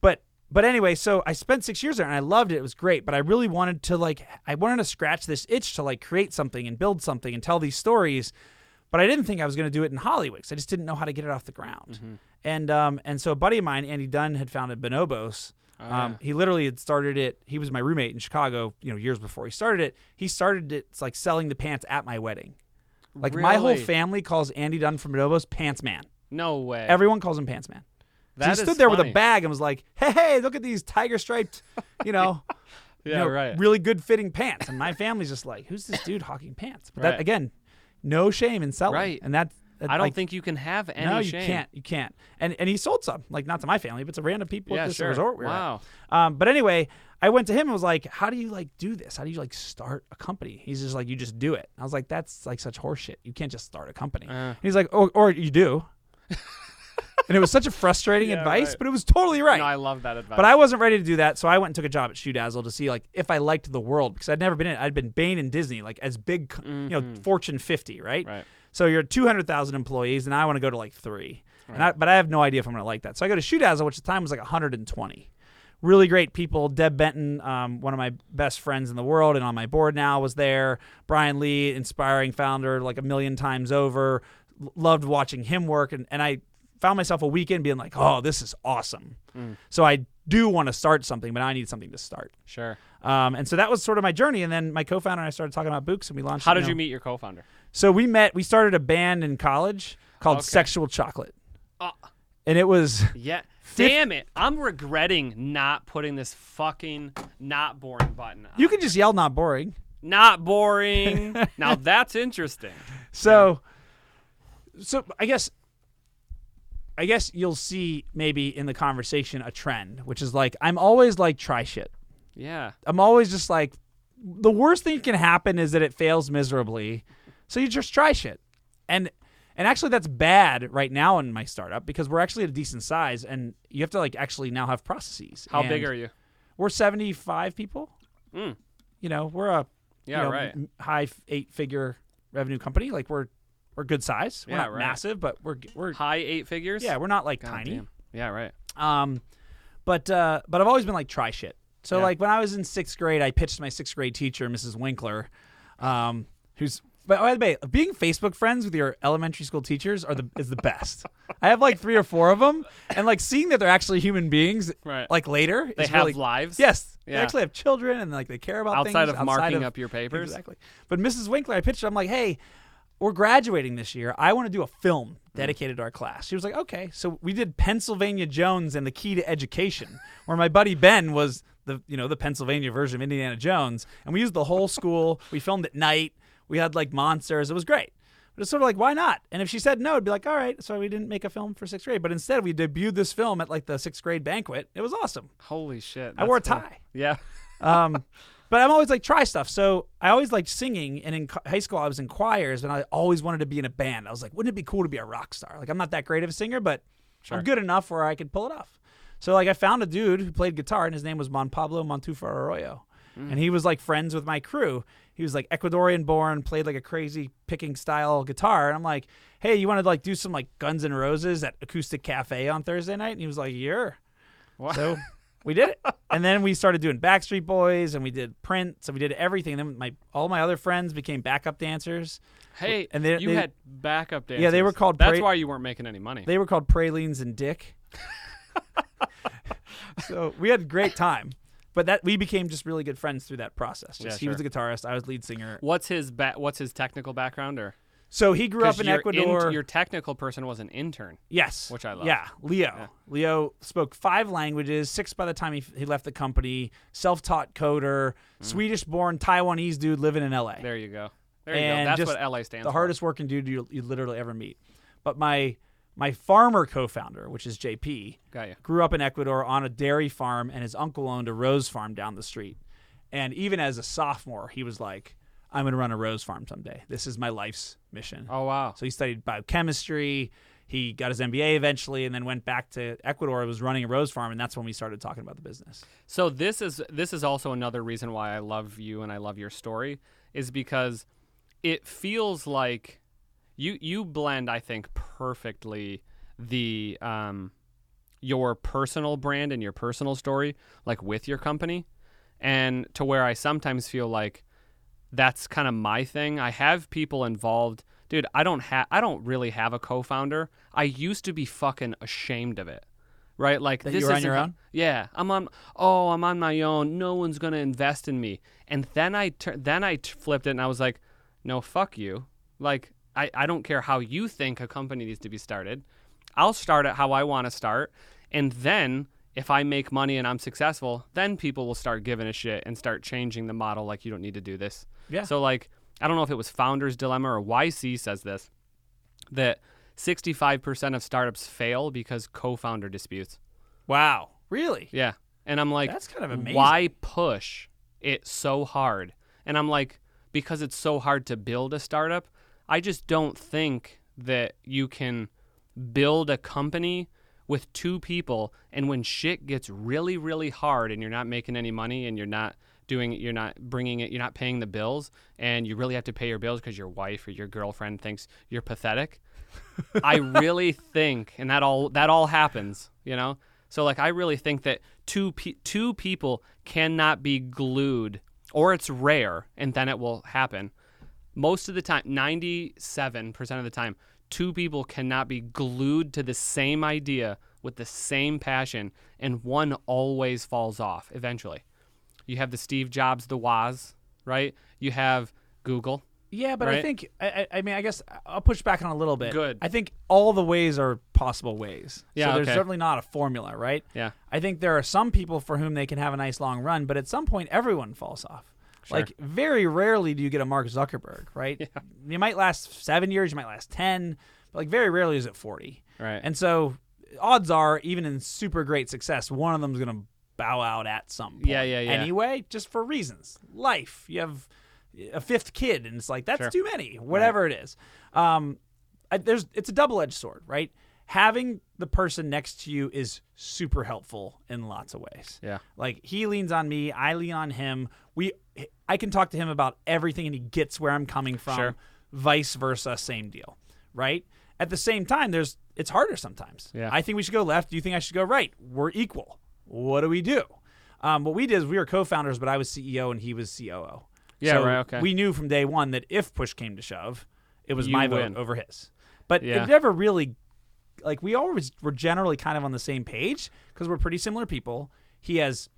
Speaker 2: but but anyway, so I spent six years there, and I loved it. It was great, but I really wanted to like I wanted to scratch this itch to like create something and build something and tell these stories. But I didn't think I was going to do it in Hollywood. 'cause I just didn't know how to get it off the ground. And um, and so a buddy of mine, Andy Dunn, had founded Bonobos. um, He literally had started it. He was my roommate in Chicago, you know, years before he started it. He started it like selling the pants at my wedding. Like my whole
Speaker 1: Really?
Speaker 2: family calls Andy Dunn from Bonobos Pants Man.
Speaker 1: No way.
Speaker 2: Everyone calls him Pants Man. So
Speaker 1: That
Speaker 2: he stood
Speaker 1: is
Speaker 2: there with a
Speaker 1: funny.
Speaker 2: bag and was like, "Hey, hey, look at these tiger striped, you know, you
Speaker 1: Yeah,
Speaker 2: know,
Speaker 1: right.
Speaker 2: really good fitting pants." And my family's just like, "Who's this dude hawking pants?" But that
Speaker 1: Right.
Speaker 2: again, no shame in selling.
Speaker 1: Right.
Speaker 2: And that, that
Speaker 1: I don't
Speaker 2: like,
Speaker 1: think you can have any
Speaker 2: no, you
Speaker 1: shame.
Speaker 2: can't, you can't. And and he sold some, like not to my family, but to random people
Speaker 1: Yeah,
Speaker 2: at this
Speaker 1: sure.
Speaker 2: resort. We were at.
Speaker 1: Wow.
Speaker 2: Um, but anyway, I went to him and was like, "How do you like do this? How do you like start a company?" He's just like, "You just do it." I was like, "That's like such horseshit. You can't just start a company."
Speaker 1: Uh.
Speaker 2: He's like, "Or or you do." and it was such a frustrating
Speaker 1: Yeah,
Speaker 2: advice,
Speaker 1: right.
Speaker 2: but it was totally right.
Speaker 1: No, I love that advice.
Speaker 2: but I wasn't ready to do that, so I went and took a job at Shoe Dazzle to see like if I liked the world because I'd never been in. it. I'd been Bain and Disney, like as big, co- you
Speaker 1: Mm-hmm.
Speaker 2: know, Fortune 50, right?
Speaker 1: Right.
Speaker 2: So you're 200,000 employees, and I want to go to like three. And I, but I have no idea if I'm going to like that. So I go to Shoe Dazzle, which at the time was like 120. Really great people. Deb Benton, um, one of my best friends in the world and on my board now, was there. Brian Lee, inspiring founder, like a million times over. L- loved watching him work. And, and I found myself a weekend being like, oh, this is awesome.
Speaker 1: Mm.
Speaker 2: So I do want to start something, but I need something to start.
Speaker 1: sure.
Speaker 2: Um, and so that was sort of my journey. And then my co founder and I started talking about Books and we launched
Speaker 1: How did
Speaker 2: know,
Speaker 1: you meet your co-founder?
Speaker 2: so we met. We started a band in college called
Speaker 1: Okay.
Speaker 2: Sexual Chocolate,
Speaker 1: Uh,
Speaker 2: and it was
Speaker 1: yeah. Damn it! I'm regretting not putting this fucking not boring button. On.
Speaker 2: you can just yell "not boring."
Speaker 1: Not boring. now that's interesting.
Speaker 2: So, so I guess, I guess you'll see maybe in the conversation a trend, which is like I'm always like try shit.
Speaker 1: Yeah.
Speaker 2: I'm always just like the worst thing that can happen is that it fails miserably, so you just try shit, and and actually that's bad right now in my startup because we're actually at a decent size and you have to like actually now have processes.
Speaker 1: How
Speaker 2: and-
Speaker 1: big are you?
Speaker 2: we're 75 people.
Speaker 1: Mm.
Speaker 2: You know, we're a you
Speaker 1: Yeah.
Speaker 2: know,
Speaker 1: right.
Speaker 2: m- high f- eight figure revenue company. Like we're we're good size. We're
Speaker 1: Yeah,
Speaker 2: not
Speaker 1: right.
Speaker 2: massive, but we're g- we're
Speaker 1: High eight figures.
Speaker 2: yeah, we're not like
Speaker 1: God
Speaker 2: tiny.
Speaker 1: damn. Yeah. Right.
Speaker 2: Um, but uh, but I've always been like try shit. So
Speaker 1: Yeah.
Speaker 2: like when I was in sixth grade, I pitched my sixth grade teacher, Mrs. Winkler, um, who's but by the way, being Facebook friends with your elementary school teachers are the is the best. I have like three or four of them, and like seeing that they're actually human beings,
Speaker 1: Right.
Speaker 2: like later,
Speaker 1: They
Speaker 2: is
Speaker 1: have
Speaker 2: really,
Speaker 1: lives.
Speaker 2: Yes, they
Speaker 1: Yeah.
Speaker 2: actually have children, and like they care about
Speaker 1: Outside
Speaker 2: things
Speaker 1: of marking
Speaker 2: of-
Speaker 1: up your papers.
Speaker 2: Exactly. But Mrs. Winkler, I pitched. her, I'm like, hey, we're graduating this year. I want to do a film
Speaker 1: Mm.
Speaker 2: dedicated to our class. She was like, okay. So we did Pennsylvania Jones and the Key to Education, where my buddy Ben was the you know the Pennsylvania version of Indiana Jones, and we used the whole school. we filmed at night. We had like monsters. It was great. But it's sort of like, why not? And if she said no, it'd be like, all right, so we didn't make a film for sixth grade. But instead, we debuted this film at like the sixth grade banquet. It was awesome.
Speaker 1: Holy shit.
Speaker 2: I wore a
Speaker 1: that's cool.
Speaker 2: tie.
Speaker 1: Yeah.
Speaker 2: Um, but I'm always like try stuff. So I always liked singing, and in co- high school I was in choirs, and I always wanted to be in a band. I was like, wouldn't it be cool to be a rock star? Like I'm not that great of a singer, but
Speaker 1: Sure.
Speaker 2: I'm good enough where I could pull it off. So like I found a dude who played guitar, and his name was Mon Pablo Montufo Arroyo, and he was like friends with my crew. He was like Ecuadorian born, played like a crazy picking style guitar, and I'm like, hey, you want to like do some like Guns N' Roses at Acoustic Cafe on Thursday night? And he was like, yeah.
Speaker 1: Wow.
Speaker 2: So we did it. And then we started doing Backstreet Boys and we did Prince and we did everything. And then my all my other friends became backup dancers.
Speaker 1: Hey,
Speaker 2: And they-
Speaker 1: you
Speaker 2: they-
Speaker 1: had backup dancers.
Speaker 2: Yeah, they were called
Speaker 1: That's
Speaker 2: pra-
Speaker 1: why you weren't making any money.
Speaker 2: They were called Pralines and Dick. so we had a great time. But that we became just really good friends through that process. Just,
Speaker 1: Yeah,
Speaker 2: He was the
Speaker 1: sure.
Speaker 2: guitarist, I was lead singer.
Speaker 1: what's his ba- What's his technical background? Or
Speaker 2: So he grew up
Speaker 1: 'Cause
Speaker 2: in
Speaker 1: your
Speaker 2: Ecuador.
Speaker 1: your technical person was an intern.
Speaker 2: Yes.
Speaker 1: Which I love.
Speaker 2: Yeah. Leo. Leo spoke five languages, six by the time he, he left the company, self taught coder, Swedish born Taiwanese dude living in LA.
Speaker 1: Mm. There you go. There
Speaker 2: And
Speaker 1: you go. That's
Speaker 2: just
Speaker 1: what LA stands
Speaker 2: the
Speaker 1: for.
Speaker 2: hardest working dude you, you literally ever meet. But my My farmer co-founder, which is JP,
Speaker 1: Got you.
Speaker 2: grew up in Ecuador on a dairy farm, and his uncle owned a rose farm down the street. And even as a sophomore, he was like, "I'm going to run a rose farm someday. This is my life's mission."
Speaker 1: Oh wow.
Speaker 2: So he studied biochemistry. He got his MBA eventually, and then went back to Ecuador. Was running a rose farm, and that's when we started talking about the business.
Speaker 1: So this is this is also another reason why I love you and I love your story is because it feels like you you blend I think perfectly the um your personal brand and your personal story like with your company and to where I sometimes feel like that's kind of my thing. I have people involved. Dude, I don't have I don't really have a co-founder. I used to be fucking ashamed of it. Right? Like
Speaker 2: That
Speaker 1: this
Speaker 2: you were on your
Speaker 1: isn't-
Speaker 2: own?
Speaker 1: Yeah, I'm on oh, I'm on my own. No one's going to invest in me. And then I tur- then I t- flipped it and I was like, "No, fuck you." Like I I don't care how you think a company needs to be started. I'll start it how I want to start. And then if I make money and I'm successful, then people will start giving a shit and start changing the model like you don't need to do this.
Speaker 2: Yeah.
Speaker 1: So like I don't know if it was Founder's Dilemma or YC says this that 65% of startups fail because co-founder disputes.
Speaker 2: Wow, really?
Speaker 1: Yeah. And I'm like
Speaker 2: That's kind of amazing.
Speaker 1: why push it so hard? And I'm like because it's so hard to build a startup, I just don't think that you can build a company with two people and when shit gets really really hard and you're not making any money and you're not doing you're not bringing it you're not paying the bills and you really have to pay your bills because your wife or your girlfriend thinks you're pathetic I really think, and that all that all happens, you know. So like, I really think that two pe- two people cannot be glued, or it's rare, and then it will happen. Most of the time, ninety seven percent of the time, two people cannot be glued to the same idea with the same passion, and one always falls off eventually. You have the Steve Jobs, the Woz, right? You have Google.
Speaker 2: Yeah, but I
Speaker 1: Right?
Speaker 2: think I, I I mean I guess I'll push back on a little bit.
Speaker 1: Good.
Speaker 2: I think all the ways are possible ways.
Speaker 1: Yeah,
Speaker 2: So there's
Speaker 1: okay.
Speaker 2: certainly not a formula, right?
Speaker 1: Yeah.
Speaker 2: I think there are some people for whom they can have a nice long run, but at some point everyone falls off.
Speaker 1: Sure.
Speaker 2: Like very rarely do you get a Mark Zuckerberg, right? You might last seven years, you might last ten, but like very rarely is it forty.
Speaker 1: Right.
Speaker 2: And so odds are, even in super great success, one of them's gonna bow out at some point.
Speaker 1: Yeah, yeah, yeah.
Speaker 2: Anyway, just for reasons. Life. You have a fifth kid, and it's like that's
Speaker 1: Sure.
Speaker 2: too many. Whatever it is, um, I, there's it's a double edged sword, right? Having the person next to you is super helpful in lots of ways.
Speaker 1: Yeah.
Speaker 2: Like he leans on me, I lean on him. We, I can talk to him about everything, and he gets where I'm coming from.
Speaker 1: Sure.
Speaker 2: Vice versa, same deal, right? At the same time, there's it's harder sometimes.
Speaker 1: Yeah.
Speaker 2: I think we should go left. Do you think I should go right? We're equal. What do we do? Um, what we did is we were co-founders, but I was CEO and he was COO.
Speaker 1: Yeah,
Speaker 2: So
Speaker 1: right, okay.
Speaker 2: We knew from day one that if push came to shove, it was
Speaker 1: You
Speaker 2: my
Speaker 1: win.
Speaker 2: vote over his. But
Speaker 1: Yeah.
Speaker 2: it never really like we always were generally kind of on the same page because we're pretty similar people. He has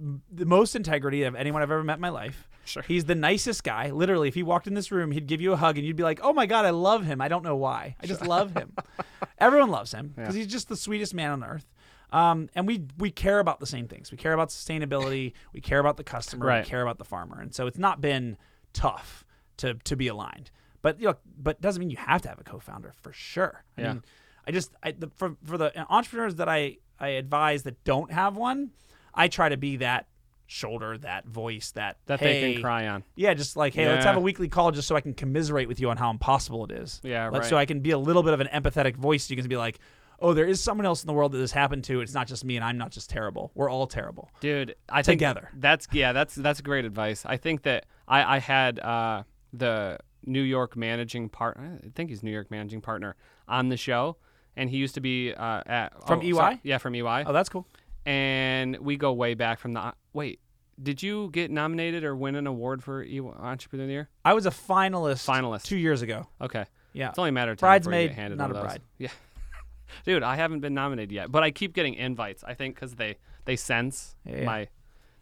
Speaker 2: m- the most integrity of anyone I've ever met in my life.
Speaker 1: Sure.
Speaker 2: He's the nicest guy. Literally, if he walked in this room, he'd give you a hug and you'd be like, "Oh my god, I love him. I don't know why. I just love him." Everyone loves him because he's just the sweetest man on earth. Um, and we we care about the same things. We care about sustainability. we care about the customer.
Speaker 1: Right.
Speaker 2: We care about the farmer. And so it's not been tough to to be aligned. But you know, but doesn't mean you have to have a co-founder for sure. I
Speaker 1: Yeah.
Speaker 2: mean, I just I, the, for for the entrepreneurs that I I advise that don't have one, I try to be that shoulder, that voice, that
Speaker 1: That they
Speaker 2: hey,
Speaker 1: can cry on.
Speaker 2: Yeah, just like hey, let's have
Speaker 1: Yeah.
Speaker 2: a weekly call just so I can commiserate with you on how impossible it is.
Speaker 1: Yeah,
Speaker 2: Like,
Speaker 1: right.
Speaker 2: So I can be a little bit of an empathetic voice. You can be like, oh, there is someone else in the world that this happened to. It's not just me, and I'm not just terrible. We're all terrible.
Speaker 1: dude i think
Speaker 2: Together.
Speaker 1: that's yeah that's that's great advice i think that i i had uh the new york managing partner i think he's new york managing partner on the show and he used to be uh at
Speaker 2: From
Speaker 1: oh,
Speaker 2: EY?
Speaker 1: sorry. yeah from ey
Speaker 2: Oh, that's cool.
Speaker 1: and we go way back from the wait did you get nominated or win an award for EY entrepreneur of the year
Speaker 2: I was a finalist.
Speaker 1: Finalist.
Speaker 2: two years ago.
Speaker 1: okay
Speaker 2: Yeah.
Speaker 1: it's only a matter of time before you
Speaker 2: Bridesmaid,
Speaker 1: get handed
Speaker 2: not
Speaker 1: one
Speaker 2: a
Speaker 1: of those.
Speaker 2: bride.
Speaker 1: yeah dude i haven't been nominated yet but i keep getting invites i think because they they sense
Speaker 2: Yeah.
Speaker 1: my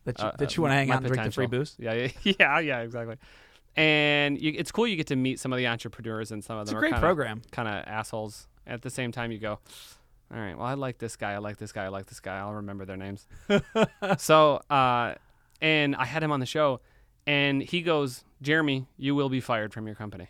Speaker 2: That you,
Speaker 1: uh,
Speaker 2: that
Speaker 1: uh,
Speaker 2: you want to hang
Speaker 1: my
Speaker 2: out and drink the free
Speaker 1: potential.
Speaker 2: booze.
Speaker 1: Yeah, yeah, yeah, yeah exactly. And you, it's cool you get to meet some of the entrepreneurs and some of
Speaker 2: It's
Speaker 1: them
Speaker 2: a
Speaker 1: are
Speaker 2: great
Speaker 1: kinda,
Speaker 2: program.
Speaker 1: Kind of assholes. At the same time, you go, all right, well, I like this guy, I like this guy, I like this guy. I'll remember their names. so, uh, and I had him on the show, and he goes, Jeremy, you will be fired from your company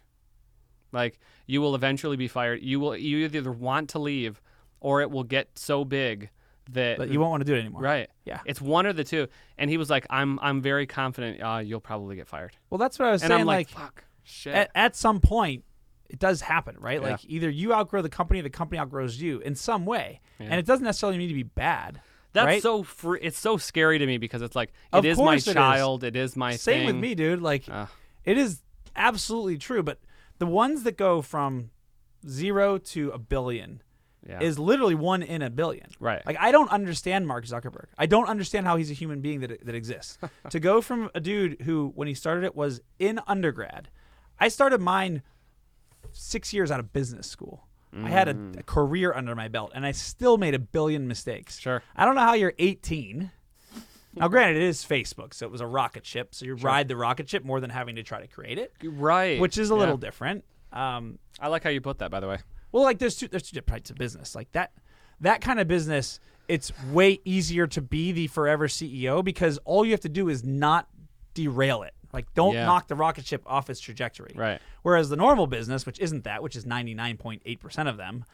Speaker 1: Like you will eventually be fired. You will you either want to leave or it will get so big that
Speaker 2: But you won't want to do it anymore.
Speaker 1: Mm-hmm. right.
Speaker 2: Yeah.
Speaker 1: It's one or the two. And he was like, "I'm I'm very confident uh, you'll probably get fired."
Speaker 2: Well, that's what I was
Speaker 1: And
Speaker 2: saying.
Speaker 1: I'm like,
Speaker 2: like, eh,
Speaker 1: "Fuck, shit."
Speaker 2: at, at some point, it does happen, right?
Speaker 1: Yeah.
Speaker 2: Like either you outgrow the company, or the company outgrows you in some way, and it doesn't necessarily need to be bad.
Speaker 1: That's
Speaker 2: right?
Speaker 1: so fr- it's so scary to me because it's like
Speaker 2: Of
Speaker 1: it is my
Speaker 2: course it is.
Speaker 1: child, it is my
Speaker 2: Same with
Speaker 1: thing. Uh.
Speaker 2: me, dude. Like
Speaker 1: Ugh.
Speaker 2: it is absolutely true. But the ones that go from zero to a billion
Speaker 1: Yeah.
Speaker 2: is literally one in a billion.
Speaker 1: right.
Speaker 2: Like I don't understand Mark Zuckerberg. I don't understand how he's a human being that that exists. to go from a dude who, when he started it, was in undergrad. I started mine six years out of business school. I had
Speaker 1: Mm.
Speaker 2: a, a career under my belt, and I still made a billion mistakes.
Speaker 1: Sure.
Speaker 2: I don't know how you're 18. Now, granted, it is Facebook, so it was a rocket ship. So you ride the rocket ship more than having to try to create it,
Speaker 1: right.
Speaker 2: which is a
Speaker 1: Yeah.
Speaker 2: little different. Um,
Speaker 1: I like how you put that by the way.
Speaker 2: well, like there's two there's two different types of business. Like that that kind of business, it's way easier to be the forever CEO because all you have to do is not derail it. Like don't
Speaker 1: Yeah.
Speaker 2: knock the rocket ship off its trajectory.
Speaker 1: Right.
Speaker 2: Whereas the normal business, which isn't that, which is 99.8% of them,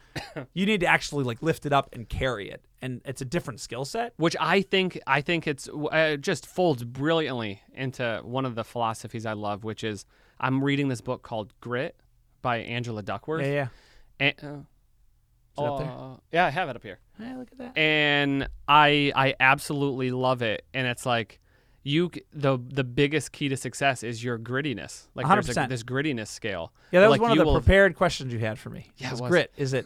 Speaker 2: you need to actually like lift it up and carry it. And it's a different skill set.
Speaker 1: which I think I think it's uh, just folds brilliantly into one of the philosophies I love, which is I'm reading this book called Grit by Angela Duckworth.
Speaker 2: yeah.
Speaker 1: And, uh,
Speaker 2: it up there?
Speaker 1: uh, yeah, I have it up here,
Speaker 2: Hey, look at that.
Speaker 1: and I I absolutely love it, and it's like you c- the the biggest key to success is your grittiness. Like there's a,
Speaker 2: 100%.
Speaker 1: this grittiness scale.
Speaker 2: Yeah, that
Speaker 1: So,
Speaker 2: was
Speaker 1: like,
Speaker 2: one of
Speaker 1: you
Speaker 2: the
Speaker 1: will-
Speaker 2: prepared questions you had for me.
Speaker 1: Yeah, it
Speaker 2: Was
Speaker 1: was.
Speaker 2: grit. Is it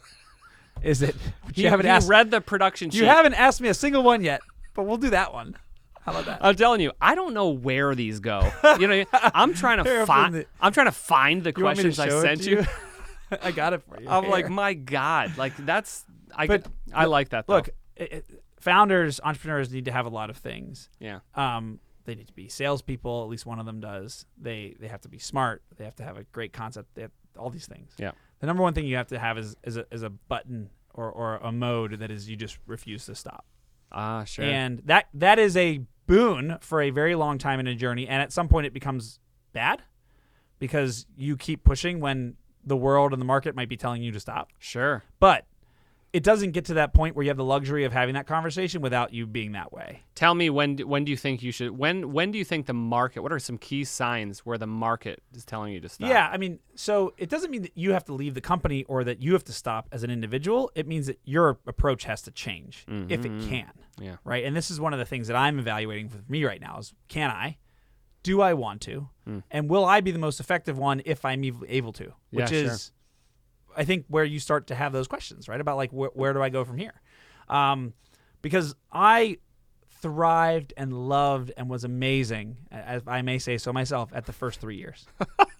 Speaker 2: is it
Speaker 1: He-
Speaker 2: you haven't
Speaker 1: he
Speaker 2: asked
Speaker 1: read the production.
Speaker 2: You
Speaker 1: sheet.
Speaker 2: haven't asked me a single one yet, but we'll do that one. How about that?
Speaker 1: I'm telling you, I don't know where these go. You know, I'm trying
Speaker 2: Here,
Speaker 1: to
Speaker 2: I'm
Speaker 1: find.
Speaker 2: putting it-
Speaker 1: I'm trying to find the
Speaker 2: You want me to
Speaker 1: questions I
Speaker 2: show it
Speaker 1: sent
Speaker 2: to
Speaker 1: you.
Speaker 2: I got it for you.
Speaker 1: I'm
Speaker 2: Here.
Speaker 1: like, my God, like that's. I
Speaker 2: But
Speaker 1: get- I like that. Though.
Speaker 2: look, it, it- founders, entrepreneurs need to have a lot of things.
Speaker 1: yeah,
Speaker 2: Um, they need to be salespeople. At least one of them does. They they have to be smart. They have to have a great concept. They have all these things.
Speaker 1: yeah,
Speaker 2: The number one thing you have to have is is a, is a button or, or a mode that is you just refuse to stop.
Speaker 1: ah, sure,
Speaker 2: And that that is a boon for a very long time in a journey. And at some point, it becomes bad because you keep pushing when the world and the market might be telling you to stop.
Speaker 1: sure,
Speaker 2: But it doesn't get to that point where you have the luxury of having that conversation without you being that way.
Speaker 1: Tell me when d- when do you think you should when when do you think the market? What are some key signs where the market is telling you to stop?
Speaker 2: Yeah, I mean, so it doesn't mean that you have to leave the company or that you have to stop as an individual. It means that your approach has to change if it can.
Speaker 1: Mm-hmm. Yeah.
Speaker 2: Right. And this is one of the things that I'm evaluating with me right now is can I? Do I want to?
Speaker 1: Hmm.
Speaker 2: And will I be the most effective one if I'm ev- able to? Which
Speaker 1: Yeah, sure.
Speaker 2: is, I think, where you start to have those questions, right? About like, wh- where do I go from here? Um, because I thrived and loved and was amazing, a- if I may say so myself, at the first three years.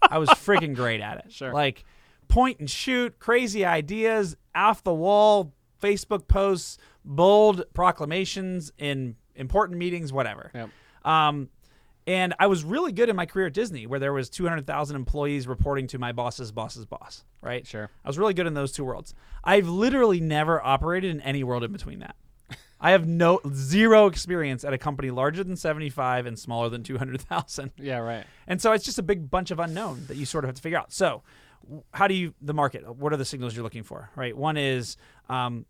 Speaker 2: I was freaking great at it.
Speaker 1: Sure.
Speaker 2: Like point and shoot, crazy ideas, off the wall, Facebook posts, bold proclamations in important meetings, whatever.
Speaker 1: Yep.
Speaker 2: Um, and I was really good in my career at Disney, where there was 200,000 employees reporting to my boss's boss's boss. Right.
Speaker 1: Sure.
Speaker 2: I was really good in those two worlds. I've literally never operated in any world in between that. I have no zero experience at a company larger than 75 and smaller than 200,000.
Speaker 1: yeah, right.
Speaker 2: And so it's just a big bunch of unknown that you sort of have to figure out. So, w- how do you the market? What are the signals you're looking for? Right. One is um,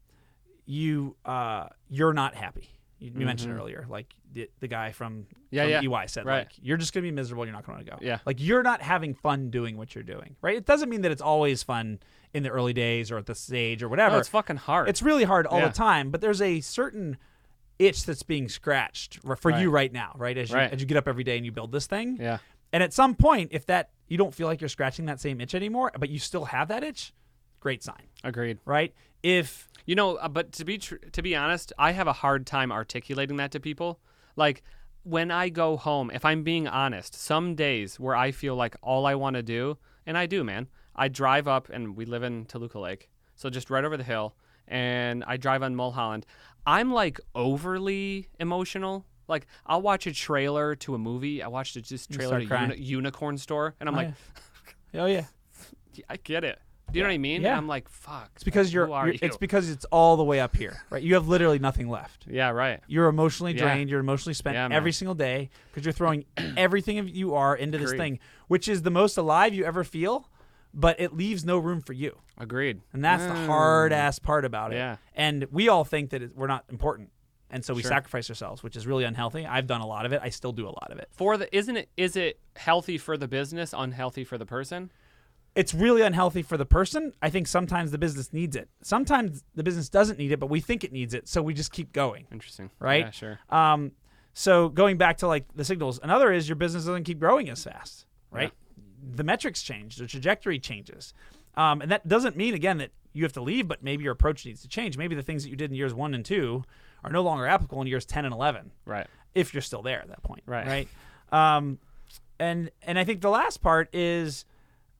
Speaker 2: you uh, you're not happy. You, you mentioned earlier, like the, the guy from,
Speaker 1: Mm-hmm. Yeah,
Speaker 2: from
Speaker 1: yeah.
Speaker 2: EY said,
Speaker 1: Right.
Speaker 2: like you're just gonna be miserable. You're not gonna go.
Speaker 1: Yeah.
Speaker 2: Like you're not having fun doing what you're doing. Right. It doesn't mean that it's always fun in the early days or at the stage or whatever.
Speaker 1: Oh, it's fucking hard.
Speaker 2: It's really hard all
Speaker 1: Yeah.
Speaker 2: the time, but there's a certain itch that's being scratched r- for you right now, right? As you
Speaker 1: Right.
Speaker 2: as you get up every day and you build this thing.
Speaker 1: yeah,
Speaker 2: And at some point, if that you don't feel like you're scratching that same itch anymore, but you still have that itch, great sign,
Speaker 1: agreed.
Speaker 2: right? If
Speaker 1: You know, uh, but to be tr- to be honest, I have a hard time articulating that to people. Like when I go home, if I'm being honest, some days where I feel like all I want to do, and I do, man, I drive up, and we live in Toluca Lake, so just right over the hill, and I drive on Mulholland. I'm like overly emotional. Like I'll watch a trailer to a movie. I watched a just trailer
Speaker 2: start
Speaker 1: to
Speaker 2: crying.
Speaker 1: uni- Unicorn Store, and I'm like,
Speaker 2: oh yeah,
Speaker 1: I get it. Do you know what I mean?
Speaker 2: Yeah.
Speaker 1: I'm like, fuck.
Speaker 2: it's because you're,
Speaker 1: Who are
Speaker 2: you're- it's
Speaker 1: you?
Speaker 2: because it's all the way up here, right? You have literally nothing left.
Speaker 1: yeah, right.
Speaker 2: You're emotionally
Speaker 1: Yeah.
Speaker 2: drained. You're emotionally spent
Speaker 1: Yeah, man.
Speaker 2: every single day because you're throwing everything of you are into this
Speaker 1: Agreed.
Speaker 2: thing, which is the most alive you ever feel but it leaves no room for you.
Speaker 1: Agreed.
Speaker 2: And that's the hard ass part about it.
Speaker 1: Mm. Yeah.
Speaker 2: And we all think that it, we're not important. And so we
Speaker 1: Sure.
Speaker 2: sacrifice ourselves, which is really unhealthy. I've done a lot of it. I still do a lot of it.
Speaker 1: For the isn't it is it healthy for the business, unhealthy for the person?
Speaker 2: It's really unhealthy for the person. I think sometimes the business needs it. Sometimes the business doesn't need it, but we think it needs it. So we just keep going.
Speaker 1: Interesting.
Speaker 2: Right?
Speaker 1: Yeah, sure.
Speaker 2: Um, so going back to like the signals, another is your business doesn't keep growing as fast, right? The metrics change, the trajectory changes, um, and that doesn't mean again that you have to leave, but maybe your approach needs to change. Maybe the things that you did in years one and two are no longer applicable in years ten and eleven
Speaker 1: Right.
Speaker 2: if you're still there at that point,
Speaker 1: Right.
Speaker 2: Right. Um, and and I think the last part is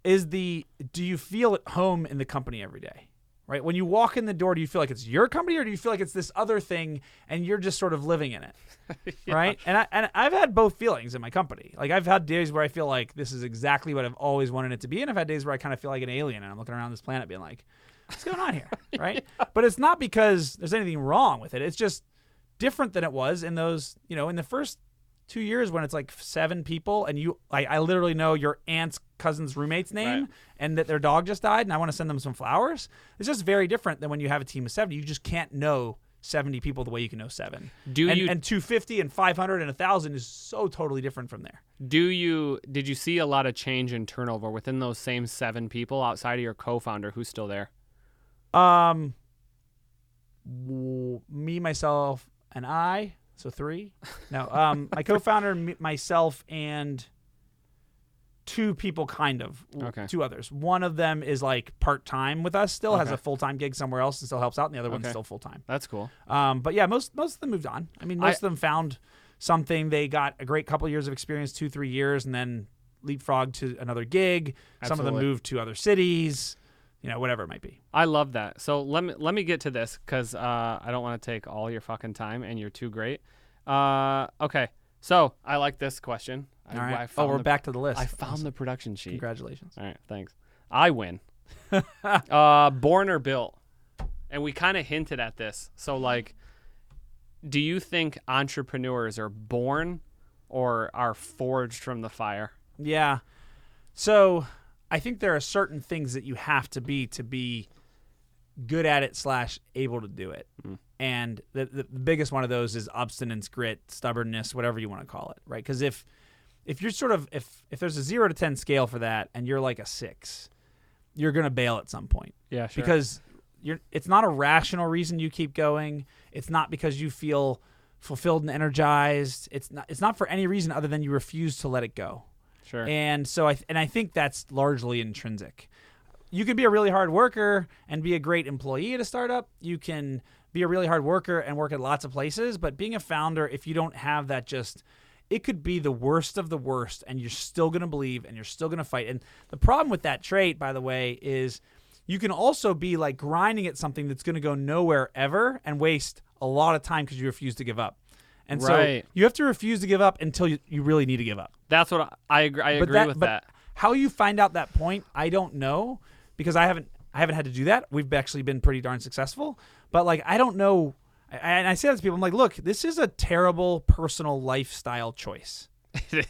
Speaker 2: is the do you feel at home in the company every day? Right. When you walk in the door, do you feel like it's your company or do you feel like it's this other thing and you're just sort of living in it? Right. And I and I've had both feelings in my company. Like I've had days where I feel like this is exactly what I've always wanted it to be, and I've had days where I kind of feel like an alien and I'm looking around this planet being like, what's going on here? Right. But it's not because there's anything wrong with it. It's just different than it was in those, you know, in the first two years when it's like seven people and you, I, I literally know your aunt's cousin's roommate's name
Speaker 1: Right.
Speaker 2: and that their dog just died and I want to send them some flowers. It's just very different than when you have a team of 70. You just can't know 70 people the way you can know seven.
Speaker 1: Do
Speaker 2: and,
Speaker 1: you-
Speaker 2: and 250 and 500 and 1,000 is so totally different from there.
Speaker 1: Do you did you see a lot of change in turnover within those same seven people outside of your co-founder who's still there?
Speaker 2: Um, w- me, myself, and I. So three. No, um, my co-founder, me, myself, and two people, kind of. w-
Speaker 1: Okay.
Speaker 2: Two others. One of them is like part time with us, still has
Speaker 1: Okay.
Speaker 2: a full time gig somewhere else, and still helps out, and the other one's
Speaker 1: Okay.
Speaker 2: still full time.
Speaker 1: That's cool.
Speaker 2: Um, but yeah, most most of them moved on. I mean, most
Speaker 1: I-
Speaker 2: of them found something. They got a great couple years of experience, two three years, and then leapfrogged to another gig. Some of them
Speaker 1: Absolutely.
Speaker 2: moved to other cities. You know, whatever it might be.
Speaker 1: I love that. So let me let me get to this because uh, I don't want to take all your fucking time, and you're too great. Uh, okay, so I like this question. I,
Speaker 2: All right.
Speaker 1: I
Speaker 2: oh,
Speaker 1: found
Speaker 2: we're
Speaker 1: the,
Speaker 2: back to the list.
Speaker 1: I found the production sheet.
Speaker 2: Congratulations.
Speaker 1: All right, thanks. I win. uh, born or built, and we kind of hinted at this. So like, do you think entrepreneurs are born or are forged from the fire?
Speaker 2: Yeah. So I think there are certain things that you have to be to be good at it slash able to do it. And the, the the biggest one of those is obstinance, grit, stubbornness, whatever you want to call it, right? Because if if you're sort of if if there's a zero to ten scale for that, and you're like a six, you're gonna bail at some point.
Speaker 1: Yeah, sure.
Speaker 2: because you're it's not a rational reason you keep going it's not because you feel fulfilled and energized it's not it's not for any reason other than you refuse to let it go
Speaker 1: sure.
Speaker 2: and so i th- and i think that's largely intrinsic you could be a really hard worker and be a great employee at a startup you can be a really hard worker and work at lots of places but being a founder if you don't have that just it could be the worst of the worst and you're still going to believe and you're still going to fight and the problem with that trait by the way is you can also be like grinding at something that's going to go nowhere ever and waste a lot of time because you refuse to give up and
Speaker 1: Right.
Speaker 2: so you have to refuse to give up until you, you really need to give up
Speaker 1: That's what I, I agree. I agree with that.
Speaker 2: how you find out that point, I don't know because I haven't I haven't had to do that. We've actually been pretty darn successful, but like I don't know. I- And I say that to people, I'm like, look, this is a terrible personal lifestyle choice.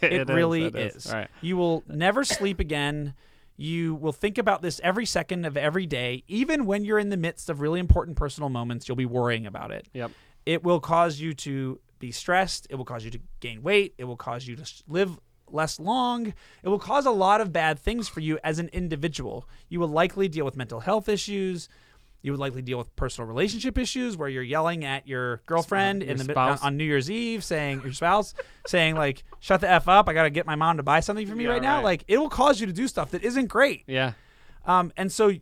Speaker 2: It, really is.
Speaker 1: All right.
Speaker 2: You will never sleep again. You will think about this every second of every day, even when you're in the midst of really important personal moments. You'll be worrying about it
Speaker 1: Yep.
Speaker 2: it will cause you to be stressed. It will cause you to gain weight. It will cause you to s- live less long. It will cause a lot of bad things for you as an individual. You will likely deal with mental health issues. You would likely deal with personal relationship issues where you're yelling at your girlfriend in
Speaker 1: your
Speaker 2: the mid-
Speaker 1: spouse.
Speaker 2: on New Year's Eve, saying your spouse, saying like, "Shut the f up! I gotta get my mom to buy something for me
Speaker 1: Yeah,
Speaker 2: right now."
Speaker 1: right.
Speaker 2: Like, it will cause you to do stuff that isn't great.
Speaker 1: Yeah.
Speaker 2: Um, and so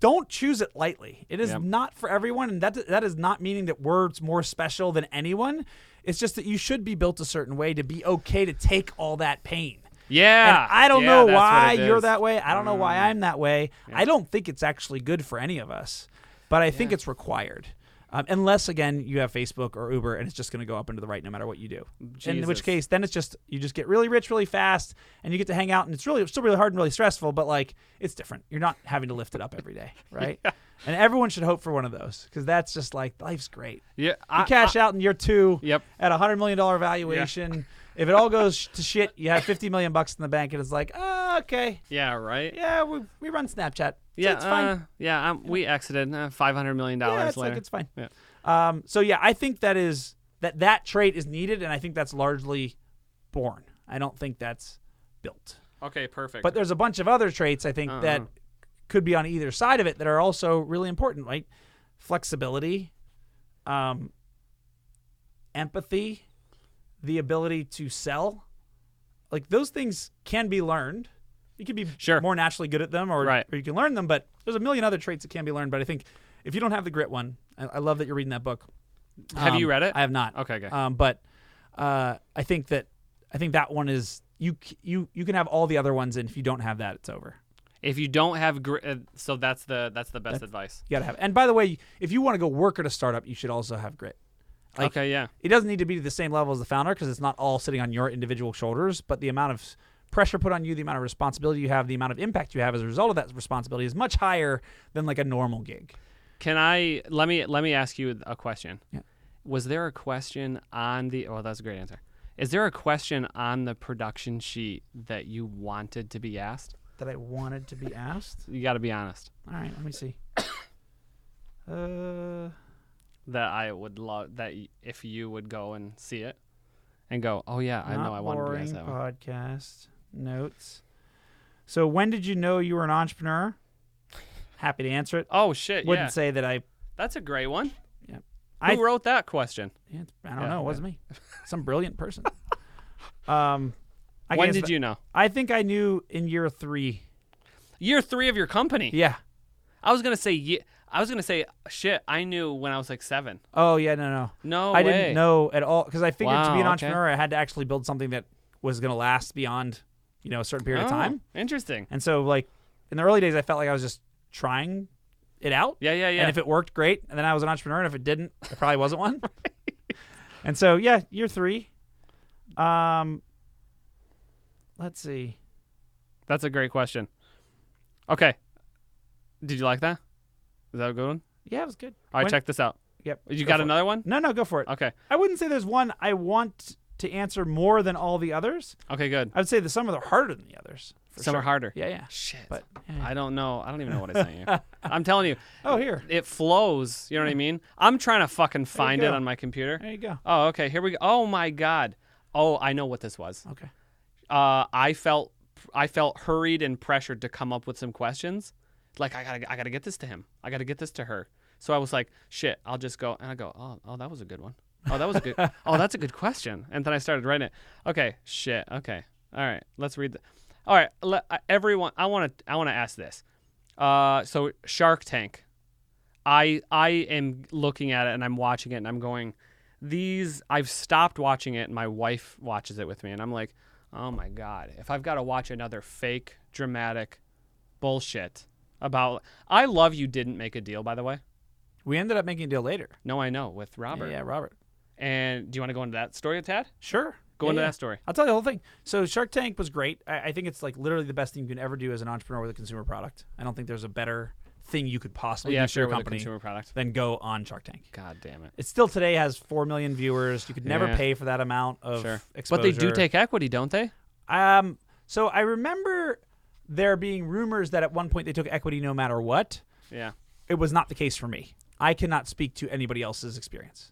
Speaker 2: don't choose it lightly. It is
Speaker 1: Yep.
Speaker 2: not for everyone, and that that is not meaning that we're more special than anyone. It's just that you should be built a certain way to be okay to take all that pain. And
Speaker 1: Yeah.
Speaker 2: I don't
Speaker 1: Yeah,
Speaker 2: know
Speaker 1: that's what
Speaker 2: why
Speaker 1: it
Speaker 2: you're
Speaker 1: is. Mm-hmm.
Speaker 2: that way. I don't know why I'm that way. I don't think it's actually good for any of us, but I think it's required. Um, unless again you have Facebook or Uber and it's just going to go up and to the right no matter what you do. In
Speaker 1: Jesus.
Speaker 2: which case, then it's just you just get really rich really fast and you get to hang out and it's really it's still really hard and really stressful, but like it's different. You're not having to lift it up every day, right? And everyone should hope for one of those because that's just like life's great.
Speaker 1: Yeah.
Speaker 2: You
Speaker 1: I,
Speaker 2: cash out in year two
Speaker 1: Yep.
Speaker 2: at a hundred million dollar valuation. if it all goes sh- to shit, you have 50 million bucks in the bank, and it's like, ah, okay,
Speaker 1: Yeah, right.
Speaker 2: yeah, we, we run Snapchat.
Speaker 1: yeah,
Speaker 2: so it's fine.
Speaker 1: uh, yeah. Um, we exited uh, five hundred million
Speaker 2: yeah,
Speaker 1: dollars
Speaker 2: it's
Speaker 1: later.
Speaker 2: like it's fine.
Speaker 1: Yeah.
Speaker 2: Um, so yeah, I think that is that that trait is needed, and I think that's largely born. I don't think that's built.
Speaker 1: okay, perfect.
Speaker 2: But there's a bunch of other traits I think that
Speaker 1: Uh-uh.
Speaker 2: could be on either side of it that are also really important, like flexibility, um, empathy, the ability to sell. Like those things can be learned. You could be
Speaker 1: Sure.
Speaker 2: more naturally good at them, or,
Speaker 1: Right.
Speaker 2: or you can learn them. But there's a million other traits that can be learned. But I think if you don't have the grit one, I, I love that you're reading that book.
Speaker 1: Have you
Speaker 2: Um,
Speaker 1: read it?
Speaker 2: I have not.
Speaker 1: okay, good.
Speaker 2: Um, but uh, I think that I think that one is you c- you you can have all the other ones, and if you don't have that, it's over.
Speaker 1: if you don't have, gr- uh, so that's the that's the best advice.
Speaker 2: You gotta have. And by the way, if you want to go work at a startup, you should also have grit. like-
Speaker 1: okay, yeah.
Speaker 2: It doesn't need to be to the same level as the founder because it's not all sitting on your individual shoulders, but the amount of s- pressure put on you, the amount of responsibility you have, the amount of impact you have as a result of that responsibility is much higher than like a normal gig.
Speaker 1: Can I let me let me ask you a question?
Speaker 2: Yeah.
Speaker 1: Was there a question on the? Oh, that's a great answer. Is there a question on the production sheet that you wanted to be asked?
Speaker 2: That I wanted to be asked.
Speaker 1: You got to be honest.
Speaker 2: All right, let me see. Uh,
Speaker 1: That I would love that y- if you would go and see it, and go. Oh yeah, I
Speaker 2: Not
Speaker 1: know I wanted to be
Speaker 2: boring
Speaker 1: asked that one.
Speaker 2: podcast notes. So when did you know you were an entrepreneur? Happy to answer it.
Speaker 1: Oh shit,
Speaker 2: Wouldn't
Speaker 1: yeah.
Speaker 2: say that I.
Speaker 1: That's a great one.
Speaker 2: Yeah.
Speaker 1: Who
Speaker 2: I-
Speaker 1: wrote that question?
Speaker 2: yeah, it's- I don't
Speaker 1: Yeah,
Speaker 2: know. It wasn't me. Some brilliant person. um, I
Speaker 1: when
Speaker 2: guess
Speaker 1: did
Speaker 2: th-
Speaker 1: you know?
Speaker 2: I think I knew in year three.
Speaker 1: Year three of your company.
Speaker 2: Yeah.
Speaker 1: I was gonna say. Ye- I was gonna say shit. I knew when I was like seven.
Speaker 2: Oh yeah. No no.
Speaker 1: No
Speaker 2: I
Speaker 1: way.
Speaker 2: didn't know at all because I figured to be
Speaker 1: Wow,
Speaker 2: an
Speaker 1: okay.
Speaker 2: entrepreneur, I had to actually build something that was going to last beyond, you know, a certain period
Speaker 1: Oh,
Speaker 2: of time.
Speaker 1: Interesting.
Speaker 2: And so like in the early days, I felt like I was just trying it out.
Speaker 1: Yeah, yeah, yeah.
Speaker 2: And if it worked, great. And then I was an entrepreneur, and if it didn't, I probably wasn't one. and so, yeah, year three. Um, let's see.
Speaker 1: That's a great question. Okay. Did you like that? Is that a good one?
Speaker 2: Yeah, it was good.
Speaker 1: All right,
Speaker 2: When-
Speaker 1: check this out.
Speaker 2: Yep.
Speaker 1: You
Speaker 2: go
Speaker 1: got
Speaker 2: for it.
Speaker 1: another one?
Speaker 2: No, no, go for it.
Speaker 1: Okay.
Speaker 2: I wouldn't say there's one I want to answer more than all the others.
Speaker 1: Okay, good.
Speaker 2: I would say that some of them are harder than the others. For
Speaker 1: Some
Speaker 2: Uh, sure.
Speaker 1: are harder.
Speaker 2: Yeah, yeah.
Speaker 1: Shit.
Speaker 2: But eh.
Speaker 1: I don't know. I don't even know what I sent you. I'm telling you,
Speaker 2: oh, here,
Speaker 1: it flows. You know what I mean? I'm trying to fucking find it
Speaker 2: go. Eh.
Speaker 1: on my computer.
Speaker 2: there you go.
Speaker 1: Oh, okay. Here we go. Oh my god. Oh, I know what this was.
Speaker 2: Okay.
Speaker 1: uh, I felt I felt hurried and pressured to come up with some questions. Like I gotta I gotta get this to him. I gotta get this to her. So I was like, shit, I'll just go and I go, oh, oh that was a good one. Oh, that was a good. oh, that's a good question. And then I started writing it. Okay, shit. Okay, all right. Let's read. The, all right, le- I- everyone. I want to. I want to ask this. Uh, so Shark Tank. I I am looking at it and I'm watching it and I'm going, these I've stopped watching it and my wife watches it with me and I'm like, oh my god, if I've got to watch another fake dramatic bullshit about I love you didn't make a deal by the way.
Speaker 2: We ended up making a deal later.
Speaker 1: No, I know with Robert.
Speaker 2: Yeah, Robert.
Speaker 1: And do you want to go into that story a tad?
Speaker 2: Sure.
Speaker 1: Go
Speaker 2: Yeah,
Speaker 1: into
Speaker 2: yeah.
Speaker 1: that story.
Speaker 2: I'll tell you the whole thing. So Shark Tank was great. I, I think it's like literally the best thing you can ever do as an entrepreneur with a consumer product. I don't think there's a better thing you could possibly
Speaker 1: yeah,
Speaker 2: do for
Speaker 1: sure.
Speaker 2: your
Speaker 1: With a
Speaker 2: company
Speaker 1: consumer product.
Speaker 2: than go on Shark Tank.
Speaker 1: God damn it.
Speaker 2: It still today has four million viewers. You could never
Speaker 1: Yeah.
Speaker 2: pay for that amount of
Speaker 1: Sure.
Speaker 2: exposure.
Speaker 1: But they do take equity, don't they?
Speaker 2: Um, so I remember there being rumors that at one point they took equity no matter what.
Speaker 1: Yeah.
Speaker 2: It was not the case for me. I cannot speak to anybody else's experience.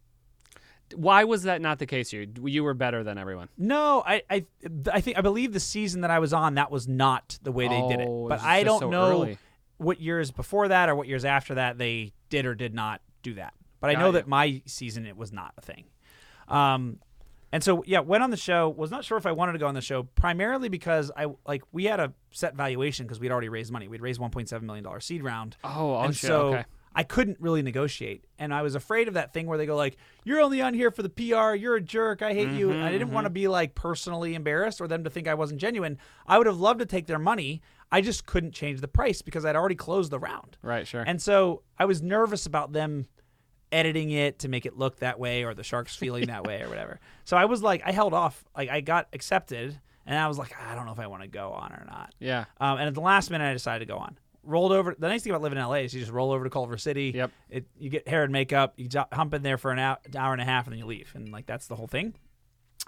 Speaker 1: Why was that not the case? You you were better than everyone.
Speaker 2: No, I, I, I think I believe the season that I was on that was not the way they
Speaker 1: Oh,
Speaker 2: did it.
Speaker 1: it
Speaker 2: But
Speaker 1: was
Speaker 2: I
Speaker 1: just
Speaker 2: don't
Speaker 1: so
Speaker 2: know
Speaker 1: early.
Speaker 2: what years before that or what years after that they did or did not do that. But I
Speaker 1: Got
Speaker 2: know
Speaker 1: you.
Speaker 2: that my season it was not a thing. Um, and so yeah, went on the show. Was not sure if I wanted to go on the show primarily because I like we had a set valuation because we'd already raised money. We'd raised 1.7 million dollar seed round
Speaker 1: Oh, oh
Speaker 2: and
Speaker 1: shit.
Speaker 2: so
Speaker 1: okay.
Speaker 2: I couldn't really negotiate, and I was afraid of that thing where they go like, "You're only on here for the PR. You're a jerk. I hate you."
Speaker 1: Mm-hmm,
Speaker 2: And I didn't want to be like personally embarrassed or them to think I wasn't genuine. I would have loved to take their money. I just couldn't change the price because I'd already closed the round.
Speaker 1: Right, sure.
Speaker 2: And so I was nervous about them editing it to make it look that way or the sharks feeling that way or whatever. So I was like, I held off. Like I got accepted, and I was like, I don't know if I want to go on or not.
Speaker 1: yeah.
Speaker 2: Um, and at the last minute, I decided to go on. Rolled over. The nice thing about living in LA is you just roll over to Culver City.
Speaker 1: Yep.
Speaker 2: It, you get hair and makeup. You jo- hump in there for an hour, an hour and a half, and then you leave. And like that's the whole thing.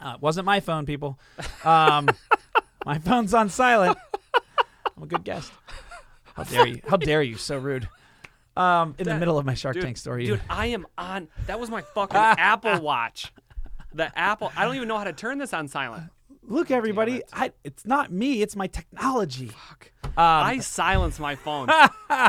Speaker 2: Uh, it wasn't my phone, people. Um, my phone's on silent. I'm a good guest. How dare you? How dare you? So rude. Um, in the
Speaker 1: That-
Speaker 2: middle of my Shark
Speaker 1: Dude,
Speaker 2: Tank story.
Speaker 1: Dude, I am on. That was my fucking Apple Watch. The Apple. I don't even know how to turn this on silent.
Speaker 2: Look, everybody, I, it's not me. It's my technology. Um,
Speaker 1: I silence my phone.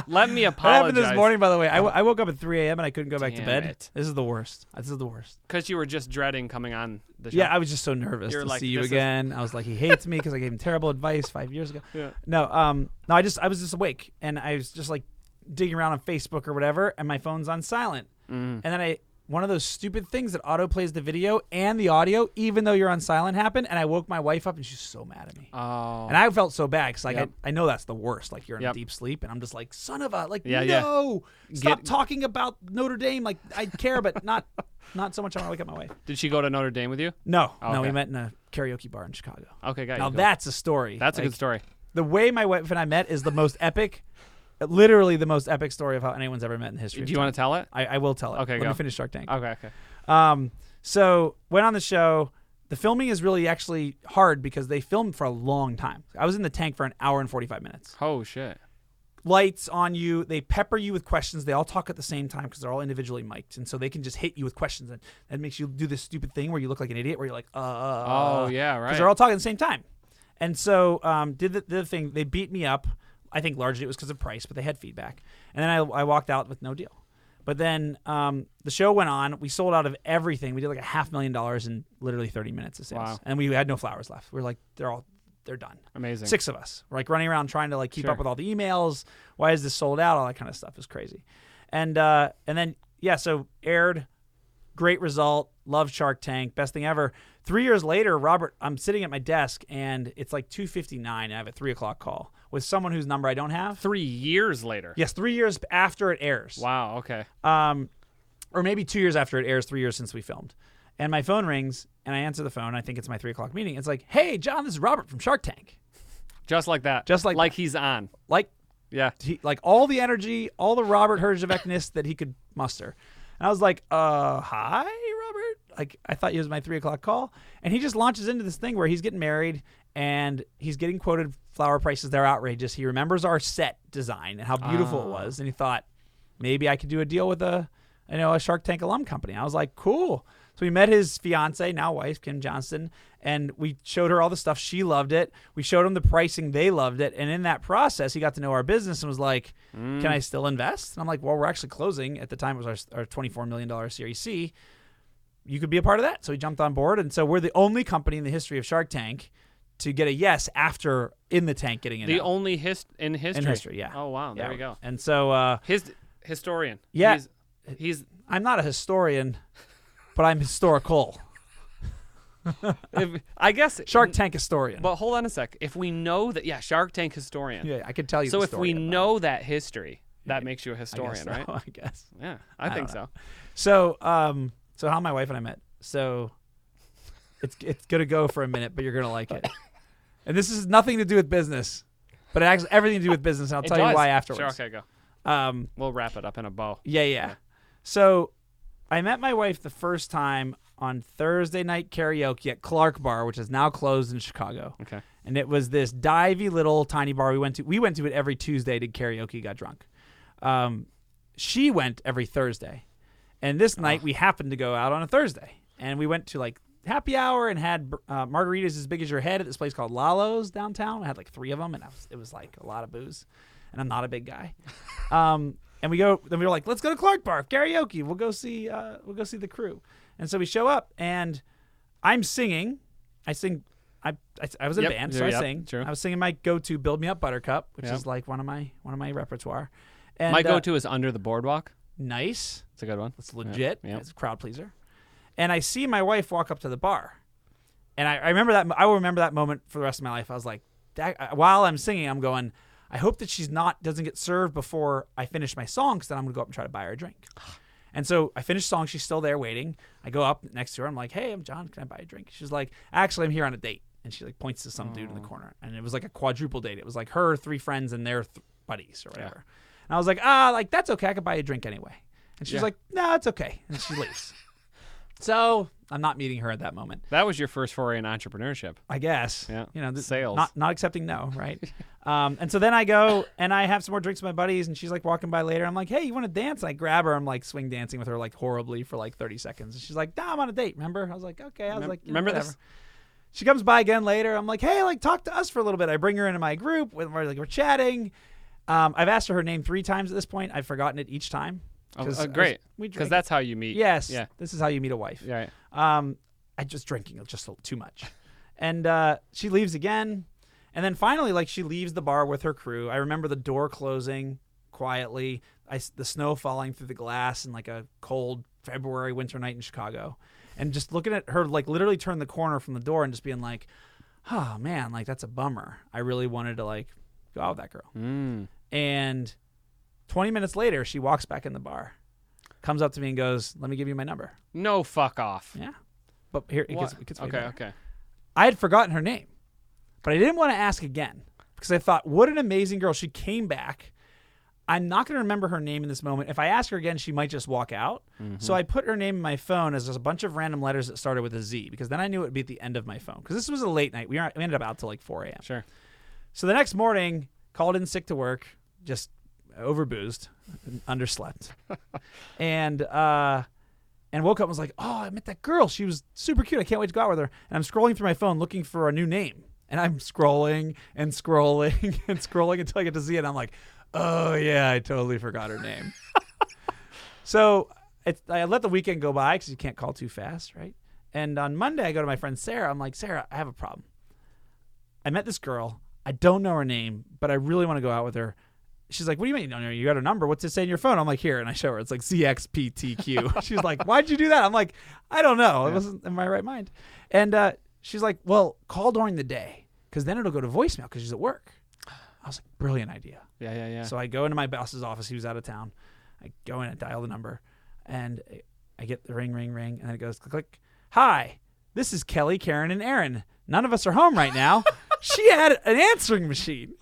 Speaker 1: Let me
Speaker 2: What
Speaker 1: apologize. Oh.
Speaker 2: happened this morning, by the way? I, w- I woke up at 3 a.m. and I couldn't go back to
Speaker 1: Damn
Speaker 2: bed.
Speaker 1: it.
Speaker 2: This is the worst. This is the worst.
Speaker 1: Because you were just dreading coming on the show.
Speaker 2: Yeah, I was just so nervous
Speaker 1: You're
Speaker 2: to
Speaker 1: like,
Speaker 2: see you
Speaker 1: this is-
Speaker 2: again. I was like, he hates me because I gave him terrible advice five years ago.
Speaker 1: Yeah.
Speaker 2: No, um, no, I just I was just awake and I was just like digging around on Facebook or whatever, and my phone's on silent.
Speaker 1: Mm.
Speaker 2: And then I one of those stupid things that auto plays the video and the audio even though you're on silent happened, and I woke my wife up and she's so mad at me.
Speaker 1: Oh.
Speaker 2: And I felt so bad because like
Speaker 1: Yep.
Speaker 2: I, I know that's the worst. Like you're in
Speaker 1: Yep.
Speaker 2: deep sleep, and I'm just like, son of a like
Speaker 1: Yeah, yeah.
Speaker 2: no, stop
Speaker 1: Get-
Speaker 2: talking about Notre Dame. Like I care, but not not so much. I want to wake up my wife.
Speaker 1: Did she go to Notre Dame with you?
Speaker 2: No,
Speaker 1: Oh,
Speaker 2: no, we
Speaker 1: okay.
Speaker 2: met in a karaoke bar in Chicago.
Speaker 1: Okay, got
Speaker 2: Now
Speaker 1: you. Cool.
Speaker 2: that's a story.
Speaker 1: That's a
Speaker 2: Like,
Speaker 1: good story.
Speaker 2: The way my wife and I met is the most epic, literally the most epic story of how anyone's ever met in
Speaker 1: Do
Speaker 2: history.
Speaker 1: you want to tell it?
Speaker 2: I, I will tell it.
Speaker 1: Okay,
Speaker 2: let me
Speaker 1: go. Uh,
Speaker 2: finish Shark Tank.
Speaker 1: Okay, okay.
Speaker 2: Um, so went on the show. The filming is really actually hard because they filmed for a long time. I was in the tank for an hour and forty five minutes
Speaker 1: Oh shit.
Speaker 2: lights on you. They pepper you with questions. They all talk at the same time because they're all individually mic'd, and so they can just hit you with questions, and that makes you do this stupid thing where you look like an idiot, where you're like, uh, uh,
Speaker 1: Oh,
Speaker 2: uh,
Speaker 1: yeah, right.
Speaker 2: they're all talking at the same time. And so um, did the, the thing. They beat me up. I think largely it was because of price, but they had feedback, and then I, I walked out with no deal. But then um, the show went on. We sold out of everything. We did like a half million dollars in literally 30 minutes of sales,
Speaker 1: Wow.
Speaker 2: and we had no flowers left. We were like, they're all they're done
Speaker 1: Amazing.
Speaker 2: six of us We're, like running around trying to like keep
Speaker 1: Sure.
Speaker 2: up with all the emails why is this sold out all that kind of stuff is crazy and uh and then yeah so aired great result love shark tank best thing ever three years later robert i'm sitting at my desk and it's like 2.59 and i have a three o'clock call with someone whose number i don't have
Speaker 1: Three years later.
Speaker 2: yes three years after it airs
Speaker 1: Wow. Okay.
Speaker 2: um, or maybe two years after it airs, three years since we filmed. And my phone rings, and I answer the phone. I think it's my three o'clock meeting. It's like, hey, John, this is Robert from Shark Tank.
Speaker 1: Just like that.
Speaker 2: Just like
Speaker 1: like he's on.
Speaker 2: Like,
Speaker 1: Yeah.
Speaker 2: he, like all the energy, all the Robert Herjavecness that he could muster. And I was like, uh, hi, Robert. Like, I thought you was my three o'clock call. And he just launches into this thing where he's getting married and he's getting quoted flower prices. They're outrageous. He remembers our set design and how beautiful it was. And he thought, maybe I could do a deal with a, you know, a Shark Tank alum company. I was like, cool. So we met his fiance, now wife, Kim Johnson, and we showed her all the stuff. She loved it. We showed him the pricing. They loved it. And in that process, he got to know our business and was like, can
Speaker 1: Mm.
Speaker 2: I still invest? And I'm like, well, we're actually closing. At the time, it was our, our $24 million Series C. You could be a part of that. So he jumped on board. And so we're the only company in the history of Shark Tank to get a yes after in the tank getting it.
Speaker 1: The only hist in history.
Speaker 2: in history, yeah.
Speaker 1: Oh wow. There we go.
Speaker 2: And so uh,
Speaker 1: His historian.
Speaker 2: Yeah.
Speaker 1: He's, he's
Speaker 2: I'm not a historian, but I'm historical.
Speaker 1: if, I guess
Speaker 2: Shark Tank historian.
Speaker 1: But hold on a sec. If we know that, yeah, Shark Tank historian.
Speaker 2: yeah, I could tell you.
Speaker 1: so
Speaker 2: the
Speaker 1: if we
Speaker 2: story,
Speaker 1: know that history, that makes you a
Speaker 2: I
Speaker 1: historian,
Speaker 2: guess so,
Speaker 1: right?
Speaker 2: I guess.
Speaker 1: Yeah, I, think
Speaker 2: don't
Speaker 1: so.
Speaker 2: So, um, so how my wife and I met. So, it's it's gonna go for a minute, but you're gonna like it. And this is nothing to do with business, but it has everything to do with business. And I'll
Speaker 1: It
Speaker 2: tell
Speaker 1: does.
Speaker 2: you why afterwards.
Speaker 1: Sure, okay, go.
Speaker 2: Um,
Speaker 1: We'll wrap it up in a bow.
Speaker 2: yeah, yeah. So, I met my wife the first time on Thursday night karaoke at Clark Bar, which is now closed in Chicago.
Speaker 1: Okay.
Speaker 2: and it was this divey little tiny bar we went to. We went to it every Tuesday, did karaoke, got drunk. Um, she went every Thursday, and this night we happened to go out on a Thursday, and we went to like happy hour and had uh, margaritas as big as your head at this place called Lalo's downtown. I had like three of them, and I was, it was like a lot of booze, and I'm not a big guy. Um, and we go, then we were like, let's go to Clark Bar karaoke. We'll go see, uh, we'll go see the crew. And so we show up, and I'm singing. I sing. I I, I was in
Speaker 1: Yep,
Speaker 2: a band,
Speaker 1: yeah,
Speaker 2: so I
Speaker 1: yep,
Speaker 2: sing.
Speaker 1: true.
Speaker 2: I was singing my go-to "Build Me Up, Buttercup," which
Speaker 1: Yep.
Speaker 2: is like one of my one of my repertoire. And,
Speaker 1: My
Speaker 2: uh,
Speaker 1: go-to is Under the Boardwalk.
Speaker 2: nice.
Speaker 1: It's a good one.
Speaker 2: It's legit.
Speaker 1: yeah.
Speaker 2: It's a crowd pleaser. And I see my wife walk up to the bar, and I, I remember that. I will remember that moment for the rest of my life. I was like, that, uh, while I'm singing, I'm going. I hope that she's not doesn't get served before I finish my song, because then I'm gonna go up and try to buy her a drink. And so I finish song. She's still there waiting. I go up next to her. I'm like, hey, I'm John. Can I buy a drink? She's like, actually, I'm here on a date. And she like points to some dude in the corner. And it was like a quadruple date. It was like her, three friends, and their th- buddies or whatever. And I was like, ah, like that's okay. I could buy you a drink anyway. And she's
Speaker 1: Yeah.
Speaker 2: like, no, it's okay. And she leaves. So I'm not meeting her at that moment.
Speaker 1: That was your first foray in entrepreneurship.
Speaker 2: I guess.
Speaker 1: Yeah.
Speaker 2: You know, th-
Speaker 1: Sales.
Speaker 2: Not not accepting no, right? um, and so then I go and I have some more drinks with my buddies, and she's like walking by later. I'm like, hey, you want to dance? And I grab her. I'm like swing dancing with her like horribly for like 30 seconds. And she's like, nah, I'm on a date. Remember? I was like, okay. I was
Speaker 1: Remem-
Speaker 2: like, you know,
Speaker 1: remember
Speaker 2: whatever.
Speaker 1: this?
Speaker 2: She comes by again later. I'm like, hey, like talk to us for a little bit. I bring her into my group. We're we're, like we're chatting. Um, I've asked her her name three times at this point. I've forgotten it each time.
Speaker 1: Oh,
Speaker 2: 'Cause
Speaker 1: uh,
Speaker 2: I was-
Speaker 1: great.
Speaker 2: we
Speaker 1: Because
Speaker 2: drink-
Speaker 1: that's how you meet.
Speaker 2: yes.
Speaker 1: Yeah.
Speaker 2: This is how you meet a wife.
Speaker 1: Yeah. Right.
Speaker 2: Um, I just drinking just a- too much, and uh, she leaves again, and then finally, like she leaves the bar with her crew. I remember the door closing quietly, I s the snow falling through the glass, and like a cold February winter night in Chicago, and just looking at her, like literally turn the corner from the door and just being like, "Oh man, like that's a bummer. I really wanted to like go out with that girl."
Speaker 1: Mm.
Speaker 2: And 20 minutes later, she walks back in the bar, comes up to me and goes, "Let me give you my number."
Speaker 1: No, fuck off.
Speaker 2: Yeah. But here it
Speaker 1: What?
Speaker 2: gets, it gets way
Speaker 1: okay.
Speaker 2: better.
Speaker 1: Okay.
Speaker 2: I had forgotten her name, but I didn't want to ask again because I thought, what an amazing girl. She came back. I'm not going to remember her name in this moment. If I ask her again, she might just walk out. So I put her name in my phone as just a bunch of random letters that started with a Z because then I knew it would be at the end of my phone because this was a late night. We, aren't, we ended up out till like 4 a.m.
Speaker 1: Sure.
Speaker 2: So the next morning, called in sick to work, just overboozed, and underslept, and uh, and woke up and was like, "Oh, I met that girl. She was super cute. I can't wait to go out with her." And I'm scrolling through my phone looking for a new name, and I'm scrolling and scrolling and scrolling until I get to Z, and I'm like, "Oh yeah, I totally forgot her name." so it's, I let the weekend go by because you can't call too fast, right? And on Monday, I go to my friend Sarah. I'm like, Sarah, I have a problem. I met this girl. I don't know her name, but I really want to go out with her. She's like, What do you mean you don't know? her? You got her number. What's it say in your phone? I'm like, Here. And I show her. It's like CXPTQ. she's like, Why'd you do that? I'm like, I don't know. I wasn't in my right mind. And uh, she's like, Well, call during the day because then it'll go to voicemail because she's at work. I was like, Brilliant idea.
Speaker 1: Yeah. Yeah. Yeah.
Speaker 2: So I go into my boss's office. He was out of town. I go in, I dial the number, and I get the ring, ring, ring, and then it goes click, click. Hi, this is Kelly, Karen, and Aaron. None of us are home right now. she had an answering machine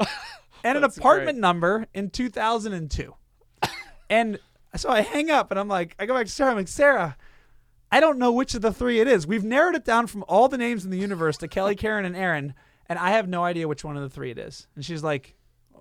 Speaker 2: and an
Speaker 1: That's
Speaker 2: apartment
Speaker 1: great.
Speaker 2: number in 2002. and so I hang up, and I'm like, I go back to Sarah. I'm like, Sarah. I don't know which of the three it is. We've narrowed it down from all the names in the universe to Kelly, Karen, and Aaron, and I have no idea which one of the three it is. And she's like, uh,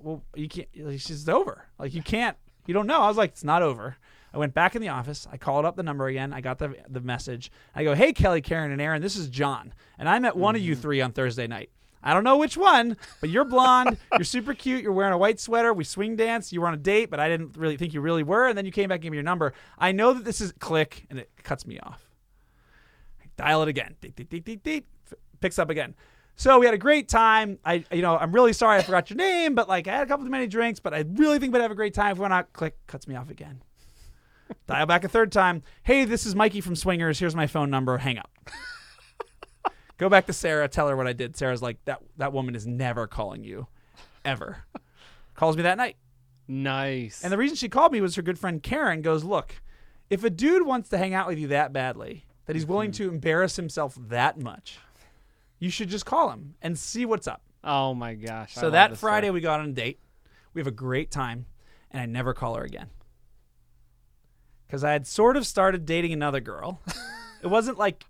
Speaker 2: well, you can't. It's just over. Like you can't. You don't know. I was like, it's not over. I went back in the office. I called up the number again. I got the the message. I go, hey Kelly, Karen, and Aaron. This is John, and I met one of you three on Thursday night. I don't know which one, but you're blonde. you're super cute. You're wearing a white sweater. We swing dance. You were on a date, but I didn't really think you really were. And then you came back and gave me your number. I know that this is click, and it cuts me off. Dial it again. Deet, deet, deet, deet, deet. F- Picks up again. So we had a great time. I, you know, I'm really sorry I forgot your name, but like I had a couple too many drinks, but I really think we'd have a great time if we went out. Click, cuts me off again. Dial back a third time. Hey, this is Mikey from Swingers. Here's my phone number. Hang up. Go back to Sarah. Tell her what I did. Sarah's like that. That woman is never calling you, ever. Calls me that night.
Speaker 1: nice.
Speaker 2: And the reason she called me was her good friend Karen goes, Look, if a dude wants to hang out with you that badly, that he's willing
Speaker 1: Mm-hmm.
Speaker 2: to embarrass himself that much, you should just call him and see what's up.
Speaker 1: oh my gosh. I
Speaker 2: So
Speaker 1: love
Speaker 2: that
Speaker 1: this story.
Speaker 2: Friday, we got on a date. We have a great time, and I never call her again. Because I had sort of started dating another girl. it wasn't like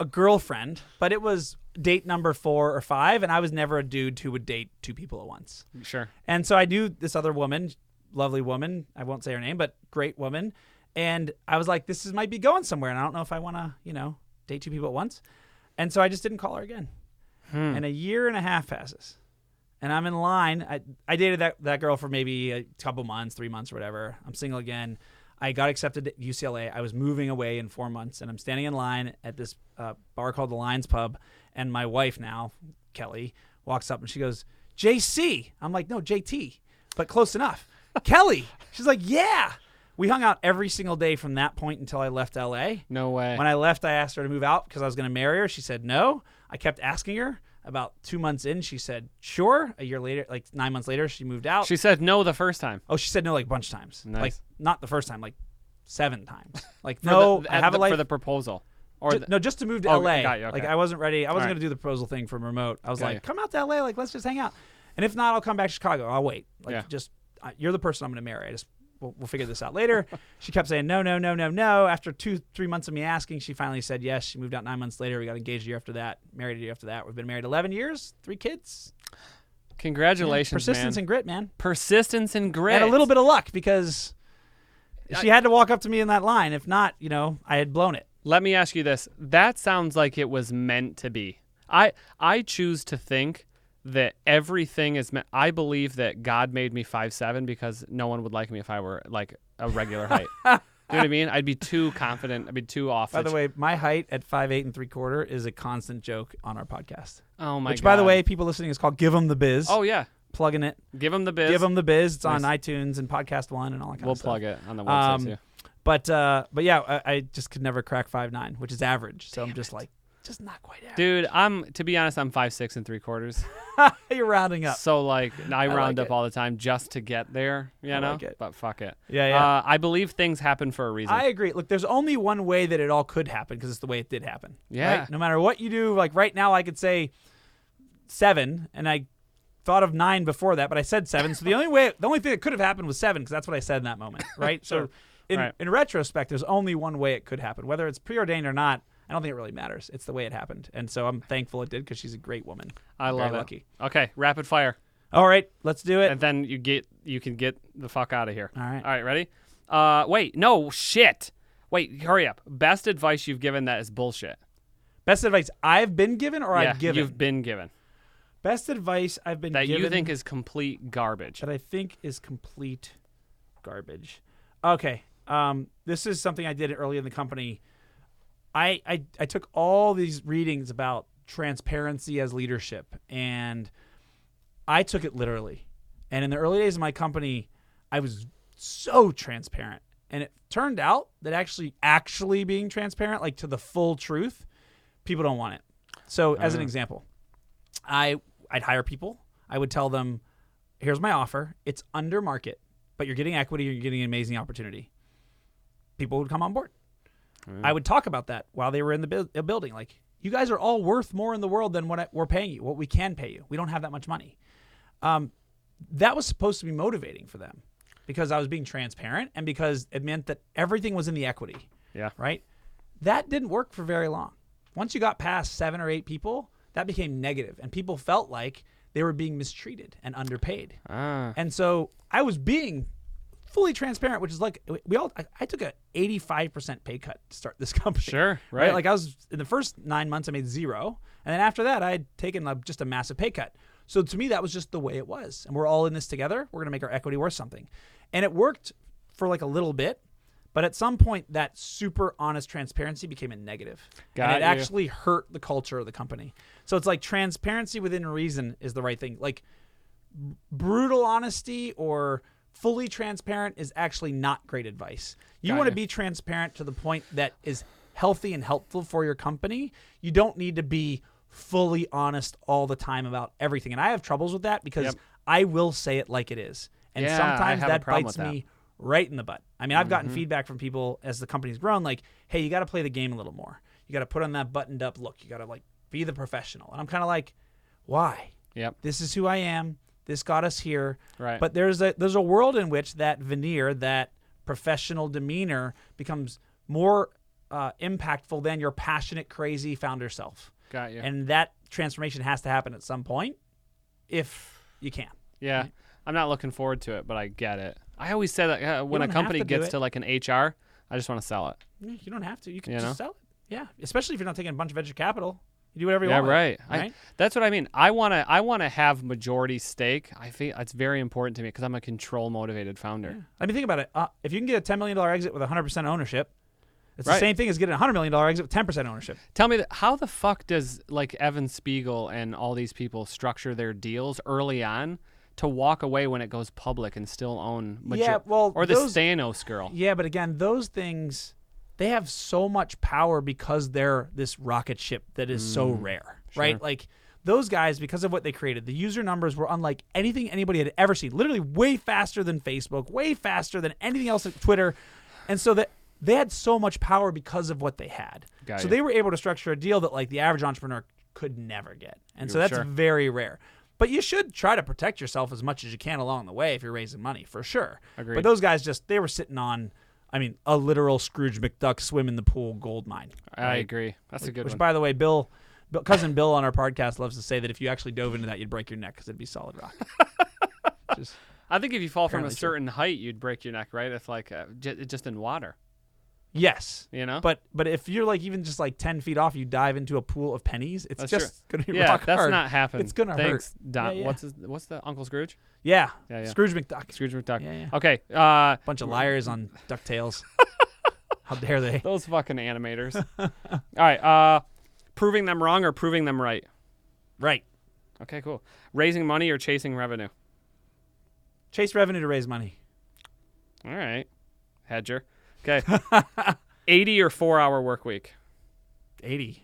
Speaker 2: a girlfriend, but it was date number four or five, and I was never a dude who would date two people at once.
Speaker 1: Sure.
Speaker 2: And so I knew this other woman, lovely woman. I won't say her name, but great woman. And I was like, this is, might be going somewhere. And I don't know if I want to, you know, date two people at once. And so I just didn't call her again. And a year and a half passes. And I'm in line. I, I dated that, that girl for maybe a couple months, three months, or whatever. I'm single again. I got accepted at UCLA. I was moving away in four months. And I'm standing in line at this uh, bar called the Lions Pub. And my wife now, Kelly, walks up and she goes, JC. I'm like, no, JT, but close enough. Kelly. She's like, yeah. We hung out every single day from that point until I left LA.
Speaker 1: No way.
Speaker 2: When I left, I asked her to move out because I was going to marry her. She said no. I kept asking her. About two months in, she said sure. A year later, like nine months later, she moved out.
Speaker 1: she said no the first time.
Speaker 2: oh, she said no like a bunch of times.
Speaker 1: Nice.
Speaker 2: Like not the first time, like seven times. Like
Speaker 1: For the-
Speaker 2: no,
Speaker 1: the-
Speaker 2: I
Speaker 1: at
Speaker 2: have
Speaker 1: the-
Speaker 2: a life.
Speaker 1: for the proposal. Or
Speaker 2: Ju-
Speaker 1: the,
Speaker 2: no, just to move to
Speaker 1: Oh,
Speaker 2: LA.
Speaker 1: got you,
Speaker 2: Like
Speaker 1: okay.
Speaker 2: I wasn't ready. I wasn't
Speaker 1: Alright.
Speaker 2: gonna do the proposal thing from remote. I was
Speaker 1: Got
Speaker 2: like,
Speaker 1: you.
Speaker 2: come out to LA. Like let's just hang out. And if not, I'll come back to Chicago. I'll wait. Like
Speaker 1: Yeah.
Speaker 2: just uh, you're the person I'm gonna marry. I just we'll, we'll figure this out later. she kept saying no, no, no, no, no. After two, three months of me asking, she finally said yes. She moved out nine months later. We got engaged a year after that, married a year after that. We've been married 11 years, three kids.
Speaker 1: Congratulations,
Speaker 2: Persistence
Speaker 1: man.
Speaker 2: and grit, man.
Speaker 1: persistence and grit.
Speaker 2: And a little bit of luck because
Speaker 1: I-
Speaker 2: she had to walk up to me in that line. If not, you know, I had blown it.
Speaker 1: Let me ask you this. That sounds like it was meant to be. I I choose to think that everything is meant. I believe that God made me five seven because no one would like me if I were like a regular height. you know what I mean? I'd be too confident. I'd be too off.
Speaker 2: By the way, my height at five eight and three quarter is a constant joke on our podcast.
Speaker 1: oh my
Speaker 2: Which, by the
Speaker 1: God.
Speaker 2: way, people listening is called "Give Them the Biz."
Speaker 1: oh yeah,
Speaker 2: plugging it.
Speaker 1: give him the biz.
Speaker 2: Give Them the Biz. It's on iTunes and Podcast One and all that kind
Speaker 1: we'll
Speaker 2: of stuff.
Speaker 1: plug it on the website
Speaker 2: Um,
Speaker 1: too.
Speaker 2: But uh, but yeah, I, I just could never crack five nine, which is average. So I'm just like, just not quite average.
Speaker 1: Dude, I'm to be honest, I'm five six and three quarters.
Speaker 2: You're rounding up.
Speaker 1: So like I round
Speaker 2: like
Speaker 1: up
Speaker 2: it.
Speaker 1: all the time just to get there, you know.
Speaker 2: like it.
Speaker 1: But fuck it.
Speaker 2: Yeah, yeah.
Speaker 1: Uh, I believe things happen for a reason.
Speaker 2: I agree. Look, there's only one way that it all could happen because it's the way it did happen.
Speaker 1: Yeah.
Speaker 2: right? No matter what you do, like right now, I could say seven, and I thought of nine before that, but I said seven. so the only way, the only thing that could have happened was seven because that's what I said in that moment, right? So in,
Speaker 1: Right.
Speaker 2: in retrospect, there's only one way it could happen. Whether it's preordained or not, I don't think it really matters. It's the way it happened. And so I'm thankful it did because she's a great woman.
Speaker 1: I
Speaker 2: Very
Speaker 1: love it.
Speaker 2: lucky.
Speaker 1: Okay, rapid fire,
Speaker 2: All right, let's do it.
Speaker 1: and then you get you can get the fuck out of here.
Speaker 2: All right.
Speaker 1: All right, ready? Uh, wait, no shit. Wait, hurry up. Best advice you've given that is bullshit.
Speaker 2: Best advice I've been given or
Speaker 1: yeah,
Speaker 2: I've given?
Speaker 1: you've been given
Speaker 2: Best advice I've been
Speaker 1: that
Speaker 2: given.
Speaker 1: you think is complete garbage.
Speaker 2: that I think is complete garbage. Okay. Um, this is something I did early in the company. I, I I took all these readings about transparency as leadership and I took it literally. And in the early days of my company, I was so transparent. And it turned out that actually actually being transparent, like to the full truth, people don't want it. So as an example, I I'd hire people. I would tell them, here's my offer. It's under market, but you're getting equity, you're getting an amazing opportunity. People would come on board. I would talk about that while they were in the buil- uh, building. Like, you guys are all worth more in the world than what I, we're paying you, what we can pay you. We don't have that much money. Um, that was supposed to be motivating for them because I was being transparent and because it meant that everything was in the equity
Speaker 1: yeah.
Speaker 2: right? That didn't work for very long. Once you got past seven or eight people, that became negative, and people felt like they were being mistreated and underpaid.
Speaker 1: Ah.
Speaker 2: And so I was being fully transparent, which is like we all. I, I took a eighty-five percent pay cut to start this company.
Speaker 1: Sure, right.
Speaker 2: Like I was in the first nine months, I made zero, and then after that, I had taken like, just a massive pay cut. So to me, that was just the way it was, and we're all in this together. We're gonna make our equity worth something, and it worked for like a little bit. But at some point, that super honest transparency became a negative,
Speaker 1: Got
Speaker 2: and it
Speaker 1: you.
Speaker 2: actually hurt the culture of the company. So it's like transparency within reason is the right thing. Like brutal honesty or fully transparent is actually not great advice. You
Speaker 1: Got
Speaker 2: want to
Speaker 1: you.
Speaker 2: be transparent to the point that is healthy and helpful for your company. You don't need to be fully honest all the time about everything. And I have troubles with that because
Speaker 1: Yep.
Speaker 2: I will say it like it is. And
Speaker 1: Yeah, I
Speaker 2: sometimes
Speaker 1: have a
Speaker 2: that
Speaker 1: problem
Speaker 2: bites
Speaker 1: with that. Mm-hmm.
Speaker 2: me right in the butt. I mean, I've gotten feedback from people as the company's grown, like, hey, you got to play the game a little more. You got to put on that buttoned up look. You got to like be the professional. And I'm kind of like, why?
Speaker 1: Yep.
Speaker 2: This is who I am. This got us here.
Speaker 1: Right.
Speaker 2: But there's a there's a world in which that veneer, that professional demeanor, becomes more uh, impactful than your passionate, crazy founder self.
Speaker 1: Got you.
Speaker 2: And that transformation has to happen at some point, if you can.
Speaker 1: Yeah, I'm not looking forward to it, but I get it. I always say that uh, when a
Speaker 2: don't have
Speaker 1: company
Speaker 2: to do
Speaker 1: gets
Speaker 2: it.
Speaker 1: to like an HR, I just want to sell it.
Speaker 2: You don't have to. You can
Speaker 1: You
Speaker 2: just sell it. Yeah, especially if you're not taking a bunch of venture capital. You do whatever you
Speaker 1: Yeah,
Speaker 2: want.
Speaker 1: right. I,
Speaker 2: right?
Speaker 1: that's what I mean. I wanna, I wanna have majority stake. I think that's very important to me because I'm a control motivated founder.
Speaker 2: I mean, think about it. Uh, if you can get a $10 million exit with 100% ownership, it's the
Speaker 1: Right.
Speaker 2: same thing as getting a $100 million exit with 10% ownership.
Speaker 1: Tell me, that, how the fuck does like Evan Spiegel and all these people structure their deals early on to walk away when it goes public and still own? Major-
Speaker 2: Yeah, well,
Speaker 1: or the
Speaker 2: those-
Speaker 1: Stanos girl.
Speaker 2: Yeah, but again, those things they have so much power because they're this rocket ship that is so
Speaker 1: Mm,
Speaker 2: rare, right? Like those guys, because of what they created, the user numbers were unlike anything anybody had ever seen. Literally, way faster than Facebook, way faster than anything else at Twitter, and so that they had so much power because of what they had.
Speaker 1: Got
Speaker 2: so
Speaker 1: you.
Speaker 2: they were able to structure a deal that like the average entrepreneur could never get, and so that's
Speaker 1: sure.
Speaker 2: very rare. But you should try to protect yourself as much as you can along the way if you're raising money, for sure.
Speaker 1: Agreed.
Speaker 2: But those guys just they were sitting on, I mean, a literal Scrooge McDuck swim in the pool gold mine.
Speaker 1: I agree. That's a good
Speaker 2: Which,
Speaker 1: one.
Speaker 2: by the way, Bill, Bill, cousin Bill on our podcast loves to say that if you actually dove into that, you'd break your neck because it'd be solid rock. Just-
Speaker 1: I think if you fall from a
Speaker 2: Apparently true.
Speaker 1: certain height, you'd break your neck, right? If like uh, j- just in water,
Speaker 2: yes,
Speaker 1: you know.
Speaker 2: but but if you're like even just like ten feet off, you dive into a pool of pennies. It's
Speaker 1: That's
Speaker 2: just gonna be
Speaker 1: yeah,
Speaker 2: rock
Speaker 1: that's
Speaker 2: hard.
Speaker 1: not happening.
Speaker 2: It's gonna
Speaker 1: Thanks, Don.
Speaker 2: Yeah, yeah.
Speaker 1: What's his, what's the Uncle Scrooge?
Speaker 2: yeah.
Speaker 1: Yeah, yeah.
Speaker 2: Scrooge McDuck.
Speaker 1: Scrooge McDuck.
Speaker 2: Yeah, yeah.
Speaker 1: Okay. Uh,
Speaker 2: Bunch of liars on Ducktales. How dare they?
Speaker 1: those fucking animators. All right. Uh, proving them wrong or proving them right.
Speaker 2: Right.
Speaker 1: Okay, cool. Raising money or chasing revenue.
Speaker 2: Chase revenue to raise money.
Speaker 1: All right, Hedger. Okay. Eighty or four hour work week.
Speaker 2: Eighty.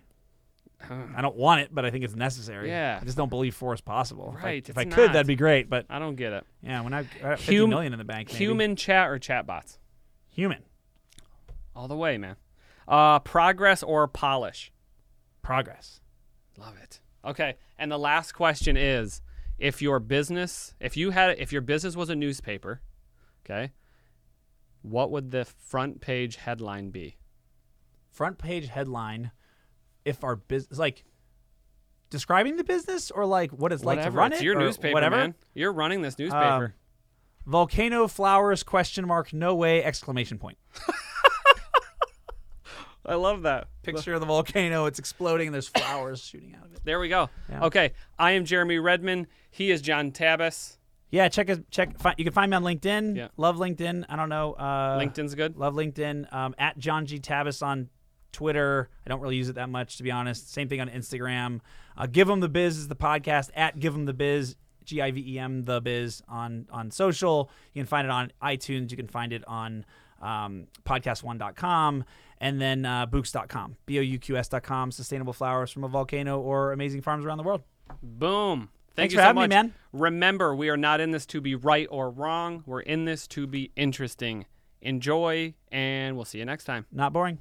Speaker 1: Huh.
Speaker 2: I don't want it, but I think it's necessary.
Speaker 1: Yeah.
Speaker 2: I just don't believe four is possible. If I-
Speaker 1: Right,
Speaker 2: If I,
Speaker 1: it's
Speaker 2: could,
Speaker 1: not.
Speaker 2: that'd be great. But
Speaker 1: I don't get it.
Speaker 2: yeah, when I, I got fifty
Speaker 1: Hum-
Speaker 2: million in the bank, maybe.
Speaker 1: Human chat or chatbots.
Speaker 2: human
Speaker 1: All the way, man. Uh, progress or polish.
Speaker 2: progress.
Speaker 1: Love it. Okay, and the last question is: If your business, if you had, if your business was a newspaper, okay, what would the front page headline be?
Speaker 2: front page headline if our business like describing the business or like what it's like to
Speaker 1: Whatever.
Speaker 2: run
Speaker 1: it's
Speaker 2: it
Speaker 1: your
Speaker 2: or
Speaker 1: newspaper,
Speaker 2: whatever Um,
Speaker 1: man. You're running this newspaper.
Speaker 2: volcano flowers question mark no way exclamation point
Speaker 1: I love that.
Speaker 2: picture of the volcano it's exploding and there's flowers shooting out of it
Speaker 1: There we go.
Speaker 2: Yeah.
Speaker 1: Okay, I am Jeremy Redman. He is John Tabas.
Speaker 2: yeah check us check fi- you can find me on linkedin
Speaker 1: Yeah.
Speaker 2: love linkedin i don't know uh
Speaker 1: LinkedIn's good.
Speaker 2: love linkedin um, at john g tavis on twitter i don't really use it that much to be honest same thing on instagram uh, give them the biz is the podcast at give them the biz g-i-v-e-m E the biz on on social you can find it on itunes you can find it on um, podcast1.com and then uh, books.com b-o-u-q-s.com sustainable flowers from a volcano or amazing farms around the world
Speaker 1: Boom. Thank
Speaker 2: Thanks
Speaker 1: you
Speaker 2: for
Speaker 1: so
Speaker 2: having me,
Speaker 1: much.
Speaker 2: man.
Speaker 1: Remember, we are not in this to be right or wrong. We're in this to be interesting. Enjoy, and we'll see you next time.
Speaker 2: not boring